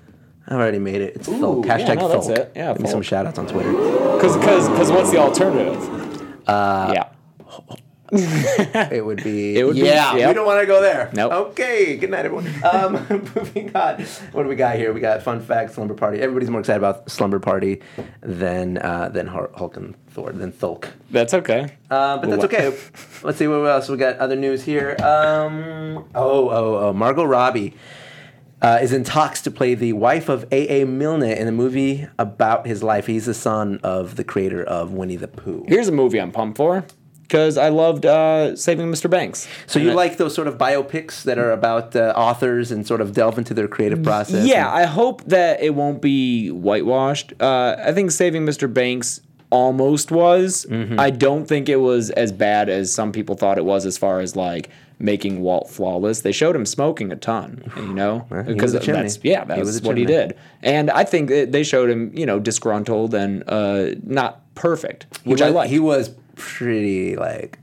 Speaker 1: I've already made it. It's Thulk.
Speaker 3: yeah,
Speaker 1: Hashtag
Speaker 3: no, that's
Speaker 1: Thulk.
Speaker 3: it. Yeah,
Speaker 1: Give me some
Speaker 3: Thulk.
Speaker 1: shout outs on
Speaker 3: [LAUGHS]
Speaker 1: Twitter.
Speaker 3: Because because because what's the alternative? Uh, yeah.
Speaker 1: It would be.
Speaker 3: It would be-
Speaker 1: yeah, we
Speaker 3: yep.
Speaker 1: don't want to go there.
Speaker 3: Nope.
Speaker 1: Okay, good night,
Speaker 3: [LAUGHS]
Speaker 1: everyone. Um, [LAUGHS] moving on. What do we got here? We got fun fact, slumber party. Everybody's more excited about slumber party than uh, than Har- Hulk and Thor than Thulk.
Speaker 3: That's okay.
Speaker 1: Uh, but that's okay. [LAUGHS] Let's see what else we got. Other news here. Um, oh, oh, oh. Margot Robbie uh, is in talks to play the wife of A. A. Milne in the movie about his life. He's the son of the creator of Winnie the Pooh.
Speaker 3: Here's a movie I'm pumped for because I loved uh, Saving Mr. Banks.
Speaker 1: So you like those sort of biopics that are about uh, authors and sort of delve into their creative process?
Speaker 3: Yeah,
Speaker 1: and-
Speaker 3: I hope that it won't be whitewashed. Uh, I think Saving Mr. Banks almost was.
Speaker 1: Mm-hmm.
Speaker 3: I don't think it was as bad as some people thought it was as far as like making Walt flawless. They showed him smoking a ton,
Speaker 1: [SIGHS]
Speaker 3: you know,
Speaker 1: he was a chimney.
Speaker 3: that's yeah,
Speaker 1: He
Speaker 3: that's
Speaker 1: was a
Speaker 3: what he
Speaker 1: chimney.
Speaker 3: did. And I think that they showed him, you know, disgruntled and uh, not perfect,
Speaker 1: He
Speaker 3: which I
Speaker 1: was-
Speaker 3: like.
Speaker 1: He was pretty like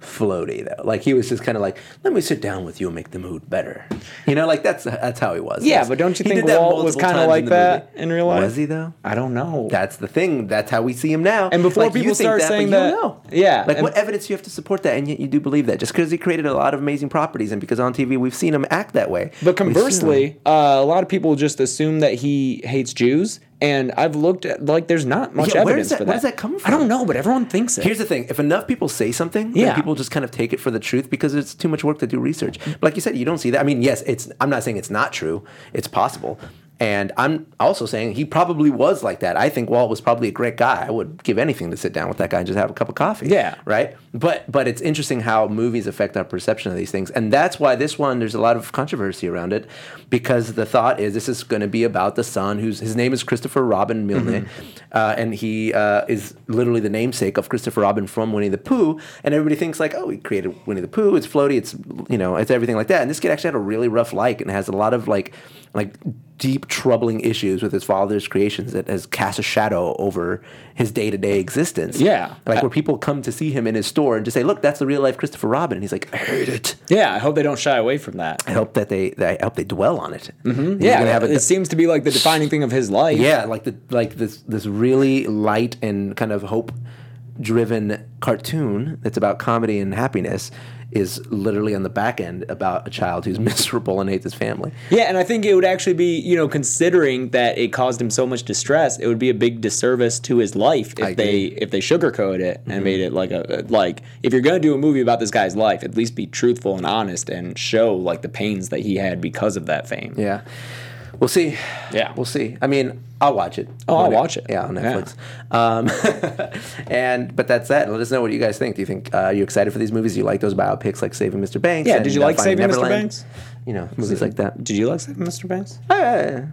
Speaker 1: floaty though. Like he was just kind of like, let me sit down with you and make the mood better. You know, like that's that's how he was.
Speaker 3: Yeah,
Speaker 1: That's-
Speaker 3: but don't you
Speaker 1: he
Speaker 3: think
Speaker 1: did that
Speaker 3: Walt was
Speaker 1: multiple
Speaker 3: kind
Speaker 1: times
Speaker 3: of
Speaker 1: in
Speaker 3: like
Speaker 1: the
Speaker 3: that
Speaker 1: movie.
Speaker 3: in real life?
Speaker 1: Was he though?
Speaker 3: I don't know.
Speaker 1: That's the thing. That's how we see him now.
Speaker 3: And before
Speaker 1: Like, you
Speaker 3: people
Speaker 1: think
Speaker 3: start
Speaker 1: that, but
Speaker 3: saying
Speaker 1: you
Speaker 3: that,
Speaker 1: don't know.
Speaker 3: yeah,
Speaker 1: Like
Speaker 3: and-
Speaker 1: what evidence do you have to support that? And yet you do believe that just because he created a lot of amazing properties and because on TV we've seen him act that way.
Speaker 3: But
Speaker 1: We've seen him-
Speaker 3: conversely, uh, a lot of people just assume that he hates Jews, and I've looked at like there's not much
Speaker 1: Yeah, where does
Speaker 3: evidence
Speaker 1: that-
Speaker 3: for that.
Speaker 1: where does that come
Speaker 3: I don't
Speaker 1: from?
Speaker 3: know, but everyone thinks it.
Speaker 1: Here's the thing: if enough people say something,
Speaker 3: Yeah. Mm-hmm.
Speaker 1: then people just kind of take it for the truth because it's too much work to do research. But like you said, you don't see that. I mean, yes, it's. I'm not saying it's not true. It's possible, and I'm also saying he probably was like that. I think Walt was probably a great guy. I would give anything to sit down with that guy and just have a cup of coffee.
Speaker 3: Yeah.
Speaker 1: right. But but it's interesting how movies affect our perception of these things, and that's why this one there's a lot of controversy around it because the thought is this is going to be about the son who's his name is Christopher Robin Milne, uh, and he uh, is literally the namesake of Christopher Robin from Winnie the Pooh, and everybody thinks like oh he created Winnie the Pooh, it's floaty, it's you know it's everything like that, and this kid actually had a really rough life and has a lot of like like deep troubling issues with his father's creations that has cast a shadow over his day to day existence.
Speaker 3: Yeah.
Speaker 1: like where people come to see him in his store and just say, "Look, that's the real life Christopher Robin." And he's like, "I hate it."
Speaker 3: yeah, I hope they don't shy away from that.
Speaker 1: I hope that they, that I hope they dwell on it. Mm-hmm.
Speaker 3: Yeah, it seems to be like the defining thing of his life.
Speaker 1: yeah, like the like this this really light and kind of hope driven cartoon that's about comedy and happiness is literally on the back end about a child who's [LAUGHS] miserable and hates his family.
Speaker 3: Yeah, and I think it would actually be, you know, considering that it caused him so much distress, it would be a big disservice to his life
Speaker 1: I
Speaker 3: if they
Speaker 1: agree. Mm-hmm.
Speaker 3: if they sugarcoat it and made it like a like if you're gonna do a movie about this guy's life, at least be truthful and honest and show like the pains that he had because of that fame.
Speaker 1: Yeah. We'll see.
Speaker 3: Yeah.
Speaker 1: We'll see. I mean, I'll watch it.
Speaker 3: Oh, I'll
Speaker 1: On Net-
Speaker 3: watch it.
Speaker 1: Yeah, on
Speaker 3: Yeah.
Speaker 1: Netflix. Um, [LAUGHS] and but that's that. Let us know what you guys think. Do you think uh, are you excited for these movies? Do you like those biopics like Saving Mr. Banks?
Speaker 3: Yeah,
Speaker 1: and,
Speaker 3: did you
Speaker 1: uh,
Speaker 3: like
Speaker 1: Finding
Speaker 3: Saving Mr.
Speaker 1: Neverland?
Speaker 3: Banks?
Speaker 1: You know, movies like that.
Speaker 3: Did you like Saving Mr. Banks?
Speaker 1: [LAUGHS]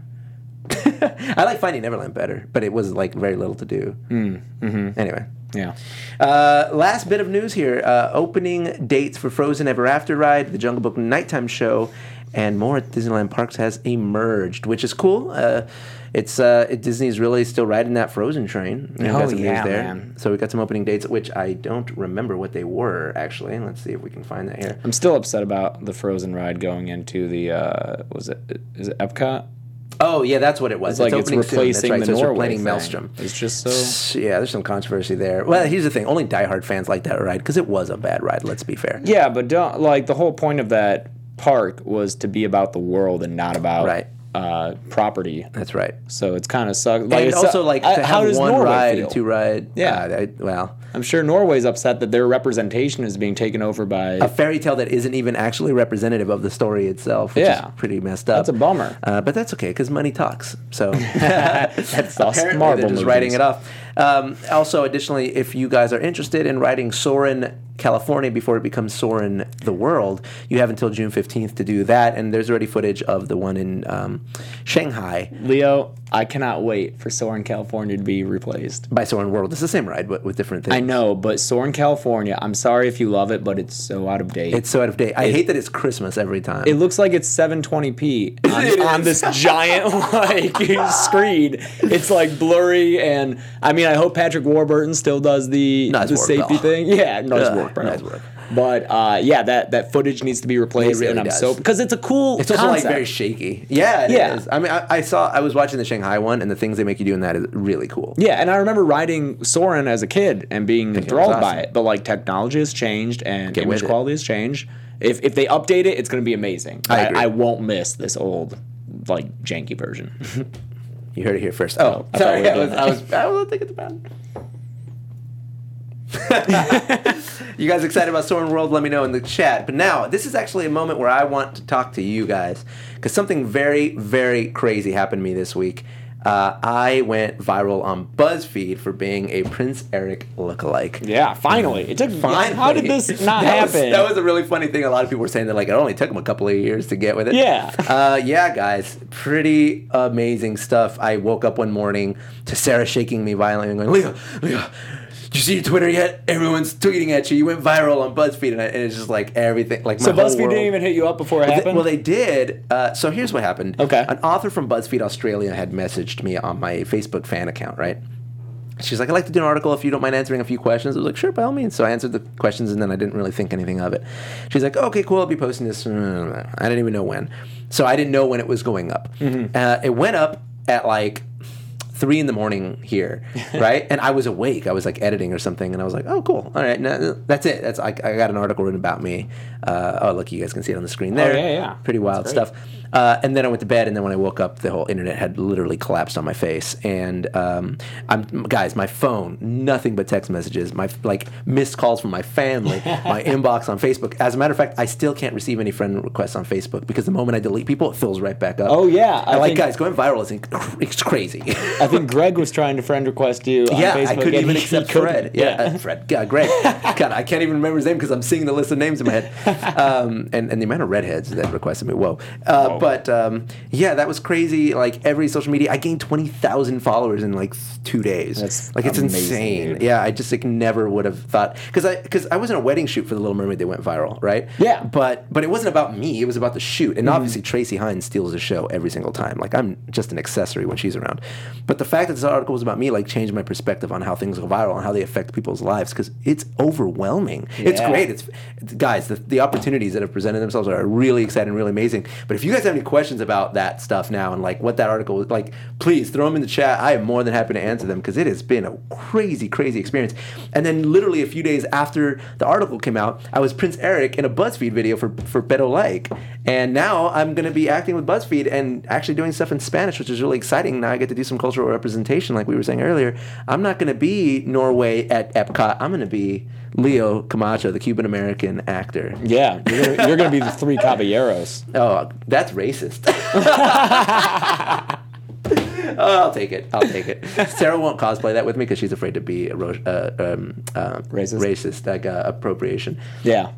Speaker 1: I like Finding Neverland better, but it was like very little to do.
Speaker 3: Mm,
Speaker 1: Mm-hmm. Anyway.
Speaker 3: Yeah.
Speaker 1: Uh, last bit of news here: uh, opening dates for Frozen Ever After ride, the Jungle Book nighttime show, and more at Disneyland parks has emerged, which is cool. Uh, it's uh, it- Disney's really still riding that Frozen train. You
Speaker 3: Oh, yeah, man.
Speaker 1: So we got some opening dates, which I don't remember what they were actually. Let's see if we can find that here.
Speaker 3: I'm still upset about the Frozen ride going into the uh was it is it Epcot?
Speaker 1: Oh yeah, that's what it was.
Speaker 3: It's like it's
Speaker 1: opening soon. That's
Speaker 3: replacing
Speaker 1: right.
Speaker 3: the
Speaker 1: so it's
Speaker 3: Norway
Speaker 1: replacing
Speaker 3: thing.
Speaker 1: Maelstrom.
Speaker 3: It's just so
Speaker 1: Yeah, there's some controversy there. Well, here's the thing: only diehard fans like that ride because it was a bad ride. Let's be fair.
Speaker 3: Yeah, but don't like the whole point of that park was to be about the world and not about
Speaker 1: Right.
Speaker 3: uh, property.
Speaker 1: that's right.
Speaker 3: So it's kind of sucks. Like,
Speaker 1: and
Speaker 3: it's
Speaker 1: also like
Speaker 3: I-
Speaker 1: to
Speaker 3: uh, how
Speaker 1: have
Speaker 3: does
Speaker 1: one
Speaker 3: Norway
Speaker 1: ride
Speaker 3: feel?
Speaker 1: and two ride.
Speaker 3: Yeah.
Speaker 1: uh, I- well,
Speaker 3: I'm sure Norway's upset that their representation is being taken over by.
Speaker 1: a fairy tale that isn't even actually representative of the story itself, which
Speaker 3: Yeah.
Speaker 1: is pretty messed up.
Speaker 3: That's a bummer.
Speaker 1: Uh, but that's okay because money talks.
Speaker 3: [LAUGHS]
Speaker 1: So [LAUGHS] that's
Speaker 3: the Marvel
Speaker 1: They're just
Speaker 3: movies.
Speaker 1: writing it off. Um, also, additionally, if you guys are interested in writing Soren, California, before it becomes Soren, the world, you have until June fifteenth to do that. And there's already footage of the one in um, Shanghai
Speaker 3: Leo, I cannot wait for Soren, California to be replaced.
Speaker 1: by Soren World. It's the same ride, but with different things.
Speaker 3: I know, but Soren, California, I'm sorry if you love it, but it's so out of date.
Speaker 1: It's so out of date. I hate that it's Christmas every time.
Speaker 3: it looks like it's 720p on, on this
Speaker 1: [LAUGHS]
Speaker 3: giant like screen. It's like blurry, and I mean, I hope Patrick Warburton still does the
Speaker 1: Nice
Speaker 3: the
Speaker 1: work,
Speaker 3: safety
Speaker 1: pal.
Speaker 3: thing. Yeah, nice
Speaker 1: Yeah,
Speaker 3: work, bro.
Speaker 1: nice work.
Speaker 3: But uh, yeah, that that footage needs to be replaced,
Speaker 1: It really
Speaker 3: and I'm
Speaker 1: does.
Speaker 3: so because it's a cool.
Speaker 1: It's also
Speaker 3: concept.
Speaker 1: like very shaky. Yeah, it is.
Speaker 3: Yeah.
Speaker 1: I mean, I, I saw I was watching the Shanghai one, and the things they make you do in that is really cool.
Speaker 3: Yeah, and I remember riding Soren as a kid and being
Speaker 1: it was
Speaker 3: enthralled by
Speaker 1: awesome.
Speaker 3: it. But like technology has changed and
Speaker 1: Get with
Speaker 3: image
Speaker 1: it.
Speaker 3: quality has changed. If if they update it, it's going to be amazing.
Speaker 1: I agree.
Speaker 3: I won't miss this old like janky version.
Speaker 1: You heard it here first. Oh,
Speaker 3: I thought we
Speaker 1: sorry,
Speaker 3: were
Speaker 1: I was,
Speaker 3: doing
Speaker 1: I was I was thinking about. it. [LAUGHS] you guys excited about Soren World? Let me know in the chat. But now this is actually a moment where I want to talk to you guys because something very very crazy happened to me this week. Uh, I went viral on BuzzFeed for being a Prince Eric lookalike.
Speaker 3: Yeah, finally. It took
Speaker 1: Fine.
Speaker 3: How did this
Speaker 1: [LAUGHS]
Speaker 3: not
Speaker 1: That was-
Speaker 3: happen?
Speaker 1: that was a really funny thing. A lot of people were saying that like it only took him a couple of years to get with it.
Speaker 3: Yeah.
Speaker 1: Uh, yeah, guys, pretty amazing stuff. I woke up one morning to Sarah shaking me violently and going, Leo, Leo, did you see your Twitter yet? Everyone's tweeting at you. You went viral on BuzzFeed, and, I, and it's just like everything. Like my
Speaker 3: so
Speaker 1: whole
Speaker 3: BuzzFeed
Speaker 1: world-
Speaker 3: didn't even hit you up before it
Speaker 1: Th-
Speaker 3: happened?
Speaker 1: Well, they did. Uh, so here's what happened.
Speaker 3: Okay.
Speaker 1: An author from BuzzFeed Australia had messaged me on my Facebook fan account, right? She's like, I'd like to do an article if you don't mind answering a few questions. I was like, sure, by all means. So I answered the questions and then I didn't really think anything of it. She's like, okay, cool, I'll be posting this. Mm, I didn't even know when. So I didn't know when it was going up.
Speaker 3: Mm-hmm.
Speaker 1: Uh, it went up at like three in the morning
Speaker 3: [LAUGHS]
Speaker 1: here, right? and I was awake. I was like editing or something, and I was like, "Oh, cool. All right, now, that's it. That's I, I got an article written about me. Uh, oh, look, you guys can see it on the screen there.
Speaker 3: yeah, yeah.
Speaker 1: Pretty wild stuff. Uh, and then I went to bed, and then when I woke up, the whole internet had literally collapsed on my face. And um, I'm guys, my phone, nothing but text messages, my like missed calls from my family,
Speaker 3: [LAUGHS]
Speaker 1: my inbox on Facebook. As a matter of fact, I still can't receive any friend requests on Facebook because the moment I delete people, it fills right back up.
Speaker 3: Oh, yeah,
Speaker 1: I,
Speaker 3: I
Speaker 1: like
Speaker 3: think-
Speaker 1: guys going viral is inc- it's crazy. [LAUGHS]
Speaker 3: I think Greg was trying to friend request you. On
Speaker 1: Yeah,
Speaker 3: Facebook
Speaker 1: I couldn't
Speaker 3: and
Speaker 1: even
Speaker 3: he
Speaker 1: accept
Speaker 3: couldn't.
Speaker 1: Fred. Yeah, uh, Fred. God, Greg. God, I can't even remember his name because I'm seeing the list of names in my
Speaker 3: [LAUGHS]
Speaker 1: head. Um, and, and the amount of redheads that requested me. Whoa. Uh, But um, yeah, that was crazy. Like every social media, I gained 20,000 followers in like two days.
Speaker 3: That's
Speaker 1: like it's
Speaker 3: amazing,
Speaker 1: insane.
Speaker 3: dude.
Speaker 1: Yeah, I just like never would have thought because I because I was in a wedding shoot for The Little Mermaid that went viral, right?
Speaker 3: Yeah.
Speaker 1: But but it wasn't about me. It was about the shoot. And obviously Tracy Hines steals the show every single time. Like I'm just an accessory when she's around. But the fact that this article was about me like changed my perspective on how things go viral and how they affect people's lives because it's overwhelming. It's
Speaker 3: Yeah.
Speaker 1: great. It's guys the, the opportunities that have presented themselves are really exciting, really amazing. But if you guys have any questions about that stuff now and like what that article was like, please throw them in the chat. I am more than happy to answer them because it has been a crazy, crazy experience. And then literally a few days after the article came out, I was Prince Eric in a BuzzFeed video for for Beto Like, and now I'm gonna be acting with BuzzFeed and actually doing stuff in Spanish, which is really exciting. Now I get to do some cultural representation, like we were saying earlier. I'm not gonna be Norway at Epcot. I'm gonna be Leo Camacho, the Cuban American actor.
Speaker 3: [LAUGHS] Yeah, you're gonna, you're gonna be the three
Speaker 1: [LAUGHS]
Speaker 3: caballeros.
Speaker 1: Oh, that's racist. [LAUGHS] oh, I'll take it. I'll take it. Sarah won't cosplay that with me because she's afraid to be a ro- uh, um, uh,
Speaker 3: Racist?
Speaker 1: racist, like uh, appropriation.
Speaker 3: Yeah,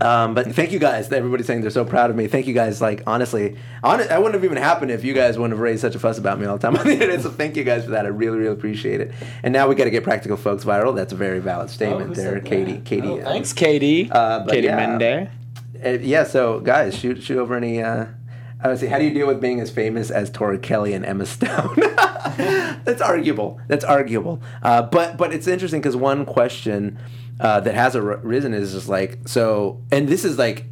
Speaker 1: Um, but thank you guys. Everybody's saying they're so proud of me. Thank you guys. Like honestly, hon- that wouldn't have even happened if you guys wouldn't have raised such a fuss about me all the time [LAUGHS] on the internet. So thank you guys for that. I really, really appreciate it. And now we got to get practical folks viral. That's a very valid statement there, Katie. Katie. uh,
Speaker 3: thanks, Katie.
Speaker 1: but
Speaker 3: Katie
Speaker 1: yeah.
Speaker 3: Mende.
Speaker 1: uh, yeah, so guys, shoot shoot over any. Uh, I would say, how do you deal with being as famous as Tori Kelly and Emma Stone? [LAUGHS] That's arguable. That's arguable. Uh, but but it's interesting because one question uh, that has arisen is just like so, and this is like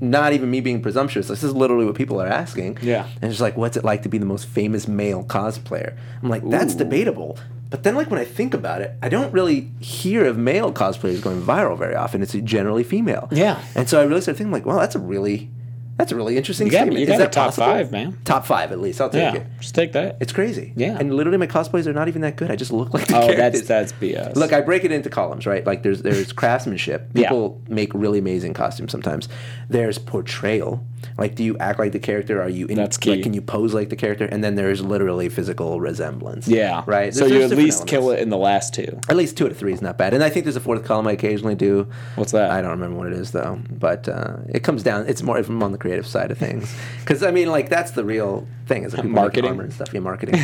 Speaker 1: not even me being presumptuous. This is literally what people are asking.
Speaker 3: Yeah.
Speaker 1: And it's like, what's it like to be the most famous male cosplayer? I'm like, that's debatable. But then, like, when I think about it, I don't really hear of male cosplayers going viral very often. It's generally female.
Speaker 3: Yeah.
Speaker 1: And so I really started thinking, like, well, that's a really, that's a really interesting
Speaker 3: You got-
Speaker 1: statement.
Speaker 3: you
Speaker 1: Is
Speaker 3: got a
Speaker 1: that
Speaker 3: top
Speaker 1: possible?
Speaker 3: five, man.
Speaker 1: Top five, at least. I'll take
Speaker 3: Yeah,
Speaker 1: it.
Speaker 3: just take that.
Speaker 1: It's crazy.
Speaker 3: Yeah.
Speaker 1: And literally, my cosplays are not even that good. I just look like the
Speaker 3: oh, that's
Speaker 1: characters.
Speaker 3: that's BS.
Speaker 1: Look, I break it into columns, right? Like there's
Speaker 3: [LAUGHS]
Speaker 1: there's craftsmanship.
Speaker 3: Yeah.
Speaker 1: People make really amazing costumes sometimes. There's portrayal. Like, do you act like the character? Are you in,
Speaker 3: That's
Speaker 1: Like,
Speaker 3: key.
Speaker 1: can you pose like the character? And then there's literally physical resemblance.
Speaker 3: yeah,
Speaker 1: Right.
Speaker 3: So
Speaker 1: There's-
Speaker 3: you
Speaker 1: there's
Speaker 3: at
Speaker 1: different
Speaker 3: least kill
Speaker 1: elements.
Speaker 3: it in the last two.
Speaker 1: At least two out of three is not bad. And I think there's a fourth column I occasionally do.
Speaker 3: What's that?
Speaker 1: I don't remember what it is though. But uh, it comes down. It's more from on the creative side of things.
Speaker 3: [LAUGHS]
Speaker 1: Because I mean, like that's the real thing is like people make
Speaker 3: Marketing?
Speaker 1: armor and stuff. Yeah,
Speaker 3: [LAUGHS]
Speaker 1: marketing,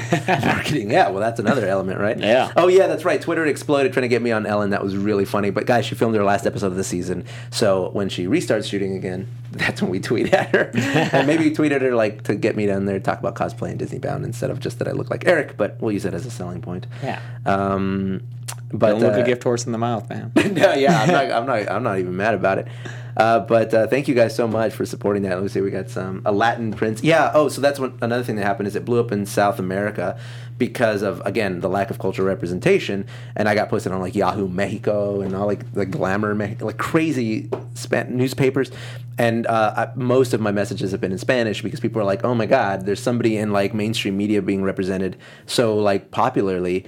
Speaker 1: marketing. Yeah, well, that's another element, right?
Speaker 3: Yeah.
Speaker 1: Oh yeah, that's right. Twitter exploded trying to get me on Ellen. That was really funny. But guys, she filmed her last episode of the season. So when she restarts shooting again, [LAUGHS] that's when we tweet at
Speaker 3: [LAUGHS]
Speaker 1: her. and maybe we tweeted her like to get me down there to talk about cosplay and Disney Bound instead of just that I look like Eric. But we'll use it as a selling point.
Speaker 3: Yeah.
Speaker 1: Um, but
Speaker 3: Don't look
Speaker 1: uh,
Speaker 3: a gift horse in the mouth, man.
Speaker 1: [LAUGHS] no, yeah, I'm not, I'm not, I'm not even mad about it. Uh, but uh, thank you guys so much for supporting that. Let me see, we got some a Latin prince. Yeah. Oh, so that's one another thing that happened is it blew up in South America because of again the lack of cultural representation, and I got posted on like Yahoo Mexico and all like the glamour Mex- like crazy span- newspapers, and uh, I, most of my messages have been in Spanish because people are like, oh my God, there's somebody in like mainstream media being represented so like popularly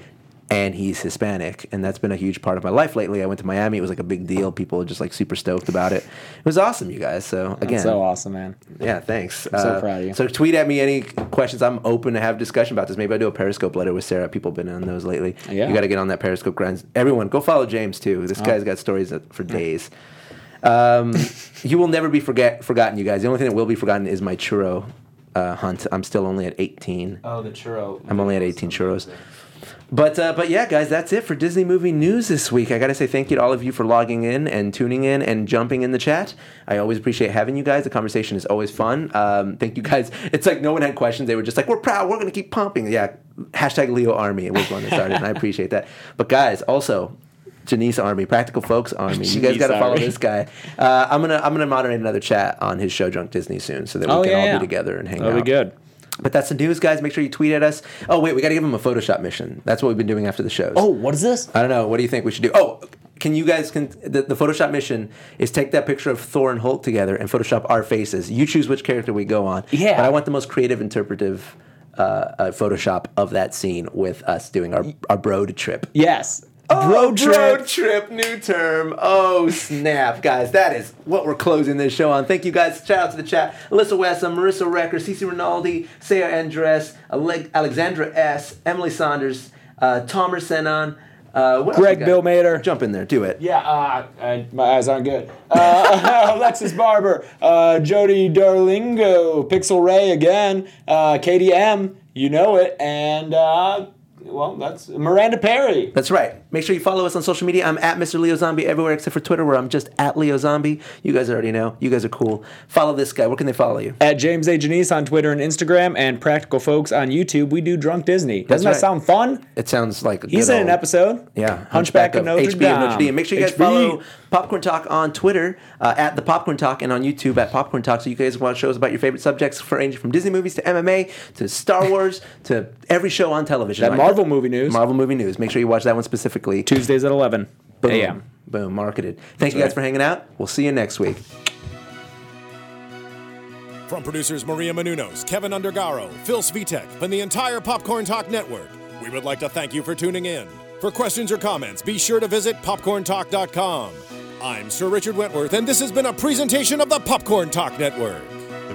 Speaker 1: and he's Hispanic, and that's been a huge part of my life lately. I went to Miami; it was like a big deal. People were just like super stoked about it. It was awesome, you guys. So again,
Speaker 3: That's so awesome, man.
Speaker 1: yeah, thanks. Uh,
Speaker 3: so proud of you.
Speaker 1: So tweet at me any questions. I'm open to have discussion about this. Maybe I do a Periscope letter with Sarah. People have been on those lately.
Speaker 3: Yeah. Oh.
Speaker 1: you got to get on that Periscope grind. Everyone, go follow James too. This guy's got stories for days. Um, you will never be forget forgotten, you guys. The only thing that will be forgotten is my churro uh, hunt. I'm still only at 18.
Speaker 3: Oh, the churro.
Speaker 1: I'm only at 18 churros. But uh, but yeah, guys, that's it for Disney movie news this week. I gotta say thank you to all of you for logging in and tuning in and jumping in the chat. I always appreciate having you guys. The [LAUGHS] conversation is always fun. Um, thank you guys. It's like no one had questions; they were just like, "We're proud. We're gonna keep pumping." Yeah, hashtag Leo Army was one that started, and I appreciate that. But guys, also Janice Army, Practical Folks Army, you guys
Speaker 3: Janice
Speaker 1: got to follow
Speaker 3: Army.
Speaker 1: this guy. Uh, I'm gonna I'm gonna moderate another chat on his show Drunk Disney soon, so that we
Speaker 3: Oh,
Speaker 1: can
Speaker 3: yeah,
Speaker 1: all
Speaker 3: yeah.
Speaker 1: be together and hang
Speaker 3: That'll
Speaker 1: out.
Speaker 3: be good.
Speaker 1: But that's the news, guys. Make sure you tweet at us. Oh wait, we got to give him a Photoshop mission. That's what we've been doing after the shows.
Speaker 3: Oh, what is this?
Speaker 1: I don't know. What do you think we should do? Oh, can you guys can the, the Photoshop mission is take that picture of Thor and Hulk together and Photoshop our faces. You choose which character we go on.
Speaker 3: Yeah.
Speaker 1: But I want the most creative, interpretive uh, uh, Photoshop of that scene with us doing our our broad trip.
Speaker 3: Yes.
Speaker 1: Oh, Bro
Speaker 3: Bro trip.
Speaker 1: trip, new term. Oh snap, guys! That is what we're closing this show on. Thank you, guys. Shout out to the chat: Alyssa Wesson, Marissa Recker, Cece Rinaldi, Sarah Andres, Ale- Alexandra S, Emily Saunders, uh, Tomer Senon, uh, what else
Speaker 3: Greg
Speaker 1: we got?
Speaker 3: Bill Mater.
Speaker 1: Jump in there, do it.
Speaker 3: Yeah, uh, I, my eyes aren't good. Uh, [LAUGHS] Alexis Barber, uh, Jody Darlingo, Pixel Ray again, uh, Katie M, you know it, and uh, well, that's Miranda Perry.
Speaker 1: That's right. Make sure you follow us on social media. I'm at Mr. Leo Zombie everywhere except for Twitter, where I'm just at Leo Zombie. You guys already know. You guys are cool. Follow this guy. Where can they follow you?
Speaker 3: At James A. Janice on Twitter and Instagram, and Practical Folks on YouTube, we do Drunk Disney. Doesn't
Speaker 1: That's
Speaker 3: that sound fun?
Speaker 1: It sounds like a
Speaker 3: He's
Speaker 1: good
Speaker 3: in an
Speaker 1: old-
Speaker 3: episode.
Speaker 1: Yeah,
Speaker 3: Hunchback, of Notre
Speaker 1: HB
Speaker 3: Dame.
Speaker 1: Notre Dame. Make sure you guys
Speaker 3: HB.
Speaker 1: follow Popcorn Talk on Twitter uh, at the Popcorn Talk and on YouTube at Popcorn Talk. So you guys watch shows about your favorite subjects, for ranging from Disney movies to MMA to Star [LAUGHS] Wars to every show on television.
Speaker 3: that
Speaker 1: Like-
Speaker 3: Marvel movie news.
Speaker 1: Marvel movie news. Make sure you watch that one specifically.
Speaker 3: Tuesdays at 11
Speaker 1: Boom.
Speaker 3: a.m.
Speaker 1: Boom. Marketed. Thank you guys for hanging out. We'll see you next week.
Speaker 2: From producers Maria Menunos, Kevin Undergaro, Phil Svitek, and the entire Popcorn Talk Network, we would like to thank you for tuning in. For questions or comments, be sure to visit popcorntalk.com. I'm Sir Richard Wentworth, and this has been a presentation of the Popcorn Talk Network.
Speaker 10: The